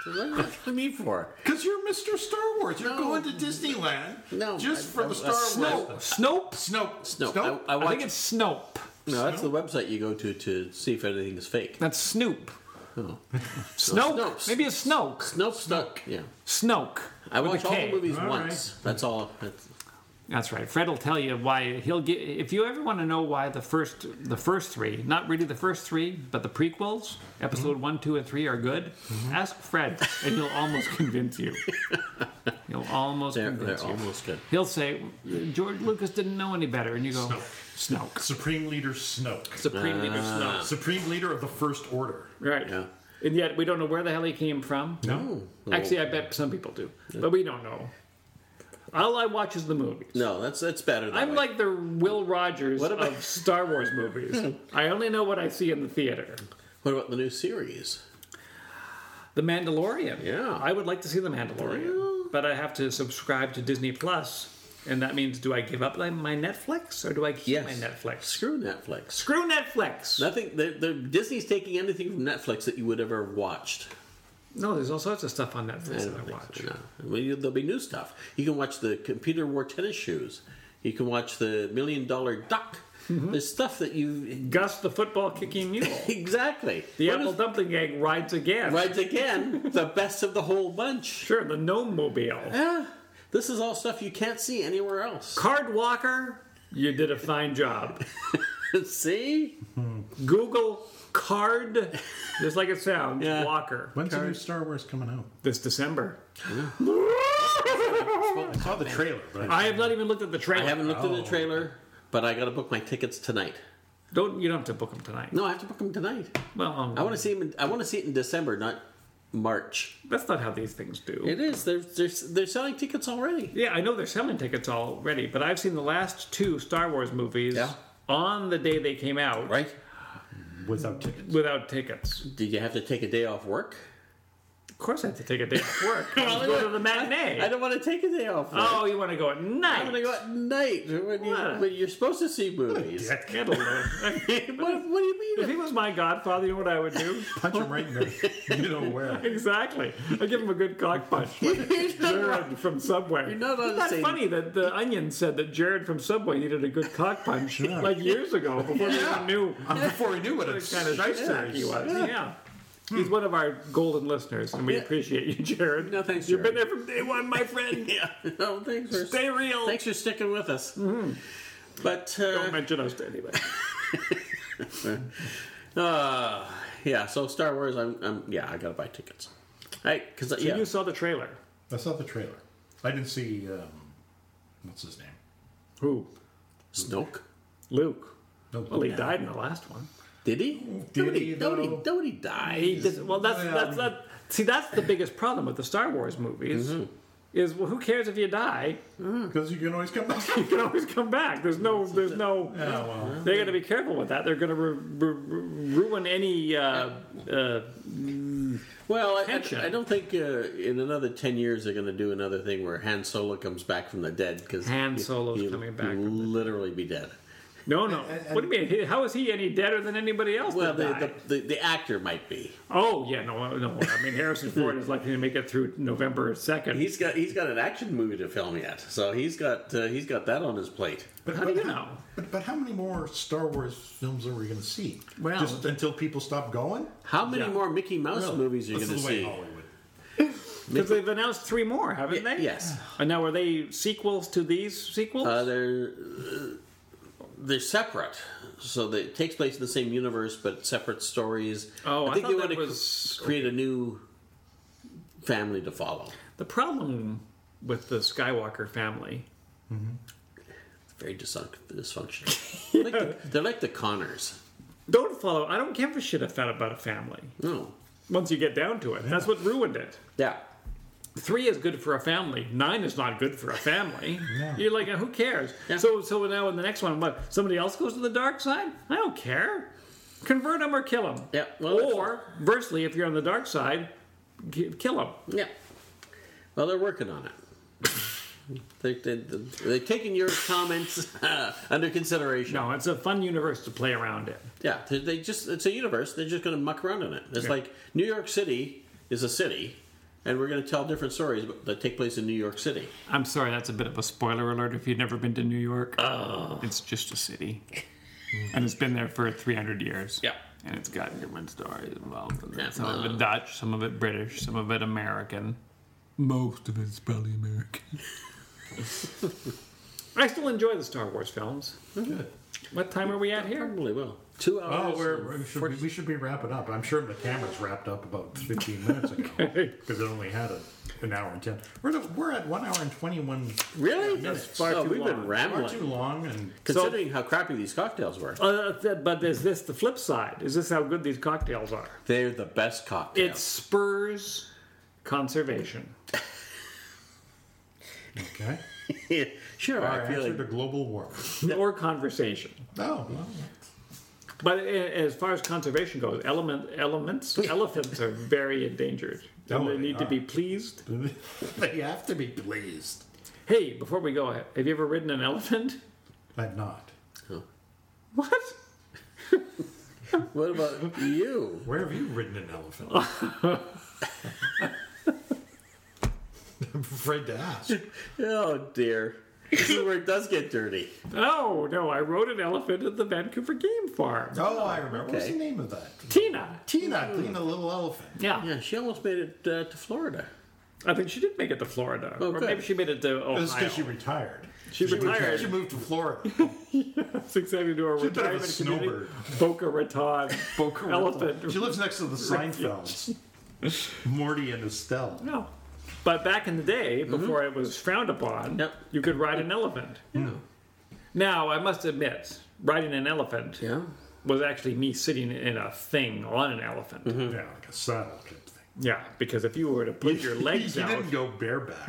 What do you have me for? Because you're Mr. Star Wars. You're No. going to Disneyland. No, Just I- for I- the I- Star Wars. Snope. Snoke. No, Snoke? I, I I watched. think it's Snope. no, that's the website you go to to see if anything is fake. That's Snoop. Snoke. Snopes. Maybe it's Snoke. Nope, stuck. Yeah, Snoke. I with a watched all the K. movies All once. That's all. That's, That's right. Fred will tell you why he'll get. If you ever want to know why the first, the first three, not really the first three, but the prequels, episode one, two, and three are good. Ask Fred, and he'll almost convince you. He'll almost they're they're convince you. almost good. He'll say George Lucas didn't know any better, and you go Snoke, Supreme Leader Snoke. Supreme Leader Snoke. Supreme Leader of the First Order. Right. Yeah. And yet we don't know where the hell he came from. No. Actually, I bet some people do, but we don't know. All I watch is the movies. No, that's that's better. That I'm way. like the Will Rogers What about- of Star Wars movies. I only know what I see in the theater. What about the new series? The Mandalorian. Yeah. I would like to see The Mandalorian, but I have to subscribe to Disney Plus, and that means do I give up like, my Netflix or do I keep Yes. my Netflix? Screw Netflix. Screw Netflix. Nothing. They're, they're, Disney's taking anything from Netflix that you would ever have watched. No, there's all sorts of stuff on Netflix that I think watch. so, no. I mean, there'll be new stuff. You can watch the computer wore tennis shoes. You can watch the million dollar duck. Mm-hmm. There's stuff that you Gus the football kicking mule. exactly. The What Apple is- Dumpling Gang rides again. rides again. the best of the whole bunch. Sure, the Gnome Mobile. Yeah. This is all stuff you can't see anywhere else. Card Walker, you did a fine job. See? Google card, just like it sounds, Yeah. Walker. When's the new Star Wars coming out? This December. I saw the trailer, but I, I have not even looked at the I trailer. haven't looked at the Oh. trailer, but I got to book my tickets tonight. Don't you don't have to book them tonight. No, I have to book them tonight. Well, um, I want to see him. In, I want to see it in December, not March. that's not how these things do. It is. They're they're they're selling tickets already. Yeah, I know they're selling tickets already, but I've seen the last two Star Wars movies Yeah. on the day they came out Right? without tickets. without tickets. Did you have to take a day off work? Of course, I have to take a day off work. I'll go to the matinee. I don't want to take a day off work. oh, you want to go at night? I'm gonna go at night when, you, What? when you're supposed to see movies. Dick. Get a load. what, what do you if mean? he was my godfather, you know what I would do? Punch him right in the you know where. exactly. I'd give him a good cock punch. Like Jared from Subway. You're not on Isn't the that same- funny that the Onion said that Jared from Subway needed a good cock punch like years ago before they even knew Um, Before he knew what what kind of nice sack he was. Yeah. He's one of our golden listeners, and we Yeah. appreciate you, Jared. No, thanks, You've Jared. been there from day one, my friend. Yeah. No, thanks for Stay real. thanks for sticking with us. But Mm-hmm. Don't uh, mention us to anybody. uh, yeah, so Star Wars. I'm, I'm yeah. I gotta buy tickets. I because yeah. You saw the trailer. I saw the trailer. I didn't see um, what's his name. Who? Snoke. Luke. No, Well, he died in the last one. Did he? Did nobody, he, nobody, though? nobody died. He just, well, that's Yeah. that's that. See, that's the biggest problem with the Star Wars movies. Mm-hmm. Is well, who cares if you die? because you can always come back. You can always come back. There's no, there's no. Yeah, well, They're going to be careful with that. They're going to ru- ru- ru- ruin any. Uh, uh, Well, I- Tension. I, I don't think uh, in another ten years they're going to do another thing where Han Solo comes back from the dead because Han Solo's coming back from the dead. literally be dead. no, no. what do you mean? He- How is he any deader than anybody else? Well, Well, the, the, the, the actor might be. oh yeah, no, no. I mean, Harrison Ford is likely to make it through November second. He's got he's got an action movie to film yet, so he's got uh, he's got that on his plate. but, How do you know? But, but how many more Star Wars films are we going to see? Well- just until people stop going. How many Yeah. more Mickey Mouse Really? movies are you This going to is the way see? Hollywood. Because they've announced three more, haven't Y- they? yes. And now are they sequels to these sequels? Uh, they're uh, they're separate, so they, it takes place in the same universe but separate stories. Oh, I think thought they that want to was- create a new family to follow. The problem with the Skywalker family. Very dysfunc- dysfunctional. They're like the, they're like the Connors. Don't follow. I don't give a shit if that about a family. No, Once you get down to it, that's what ruined it. Oh. yeah, Three is good for a family. Nine is not good for a family. You're like, uh, who cares? So, so now in the next one, what? Somebody else goes to the dark side? I don't care. Convert them or kill them. Yeah, well, that's- or versely, if you're on the dark side, ki- kill them. yeah. Well, they're working on it. they, they, they've taken your comments uh, under consideration. No, it's a fun universe to play around in. Yeah, they, they just—it's a universe. They're just going to muck around in it. It's like New York City is a city, and we're going to tell different stories that take place in New York City. I'm sorry, that's a bit of a spoiler alert if you've never been to New York. It's just a city. and it's been there for 300 years. Yeah. And it's got different stories involved. In it. Yeah. Some of it Dutch, some of it British, some of it American. Most of it's probably American. I still enjoy the Star Wars films. What time are we at here? Probably will. Two hours. Oh, we're, we, should be, we should be wrapping up. I'm sure the cameras wrapped up about 15 minutes ago because it only had a, an hour and 10. We're, at- we're at 1 hour and 21. really? That's far oh, too we've long. been Far too rambling, long. And considering how crappy these cocktails were. Uh, th- but is this the flip side? Is this how good these cocktails are? They're the best cocktails. It spurs conservation. okay. sure. Our I feel answer to like, global warming. or conversation. Oh, well, But a- as far as conservation goes, element elements elephants are very endangered. And Oh, they they need to are. be pleased. they have to be pleased. Hey, before we go, have you ever ridden an elephant? I'm not. What? what about you? Where have you ridden an elephant? I'm afraid to ask. Oh dear. This is where it does get dirty. Oh no, I rode an elephant at the Vancouver Game Farm. Oh, I remember. What's Okay. the name of that? Tina. Tina, Tina, little elephant. Yeah. Yeah, she almost made it uh, to Florida. I think she did make it to Florida, Oh, or good. maybe she made it to That's Ohio. because she retired. She retired. She moved to Florida. That's exactly to her She's a bit of a retirement community. snowbird. Boca Raton. Boca Raton. Elephant. She lives next to the Seinfelds. Morty and Estelle. No. But back in the day, before it was frowned upon, Yep. you could ride an elephant. Now, I must admit, riding an elephant Yeah. was actually me sitting in a thing on an elephant. Yeah, like a saddle type thing. Yeah, because if you were to put your legs you out, didn't go bareback.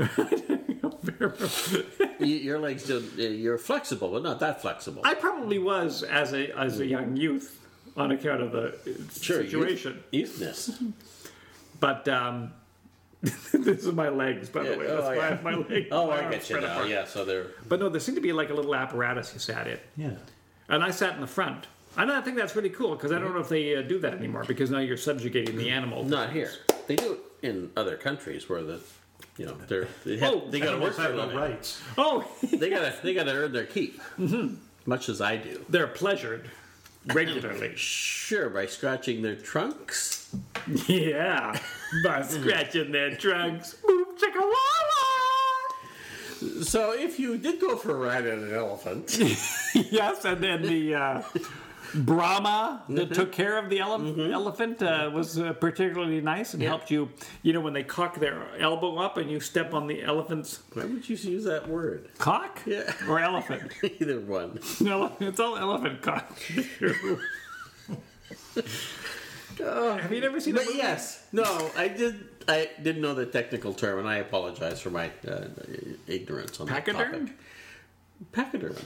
Y- Your legs, don't- uh, you're flexible, but not that flexible. I probably was as a as a young youth on account of the uh, Sure, youth- situation. Youthness. But um, this is my legs, by the Yeah, way. oh, That's why I yeah. have my leg. Oh, my I arms get you spread now. apart. Yeah, so they're. But no, there seemed to be like a little apparatus you sat in, yeah. and I sat in the front. And I think that's really cool because I don't know if they uh, do that anymore because now you're subjugating the animal. Mm-hmm. Not here. They do it in other countries where the, you know, they're they, have, Oh, they got to work Animals their have living. no rights. Oh, They gotta they gotta earn their keep. Mm-hmm. Much as I do. they're pleasured regularly. Sure, by scratching their trunks. yeah, by Mm-hmm. scratching their trunks. Boom, chicka So if you did go for a ride on an elephant, Yes, and then the uh, Brahma that took care of the ele- elephant uh, was uh, particularly nice and helped you. You know, when they cock their elbow up and you step on the elephant's why would you use that word? cock? Yeah. Or elephant? Either one. no, it's all elephant cock. Have you never seen that But movie? yes, no, I did. I didn't know the technical term, and I apologize for my uh, ignorance on that Pachyderm? topic. Pachyderm.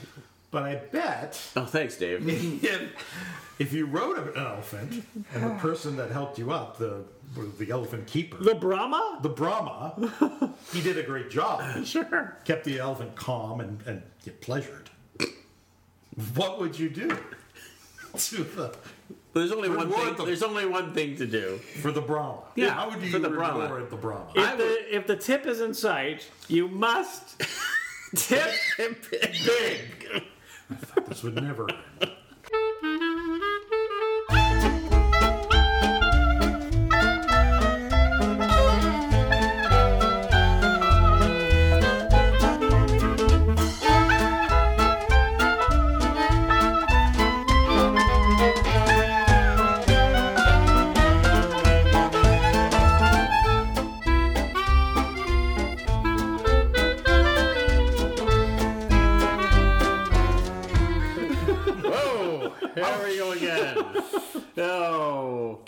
But I bet Oh, thanks, Dave. if, if you rode an elephant and the person that helped you up, the the elephant keeper, The Brahma? the Brahma, he did a great job. Sure. Kept the elephant calm and, and get pleasured. What would you do to the, There's only one Reward thing. them. There's only one thing to do. for the Brahma? Yeah, How would you for the reward Brahma. the Brahma? If, I the, if the tip is in sight, you must tip Big. this would never end. Oh, here we go again. Oh,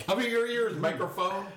Cover your ears, microphone.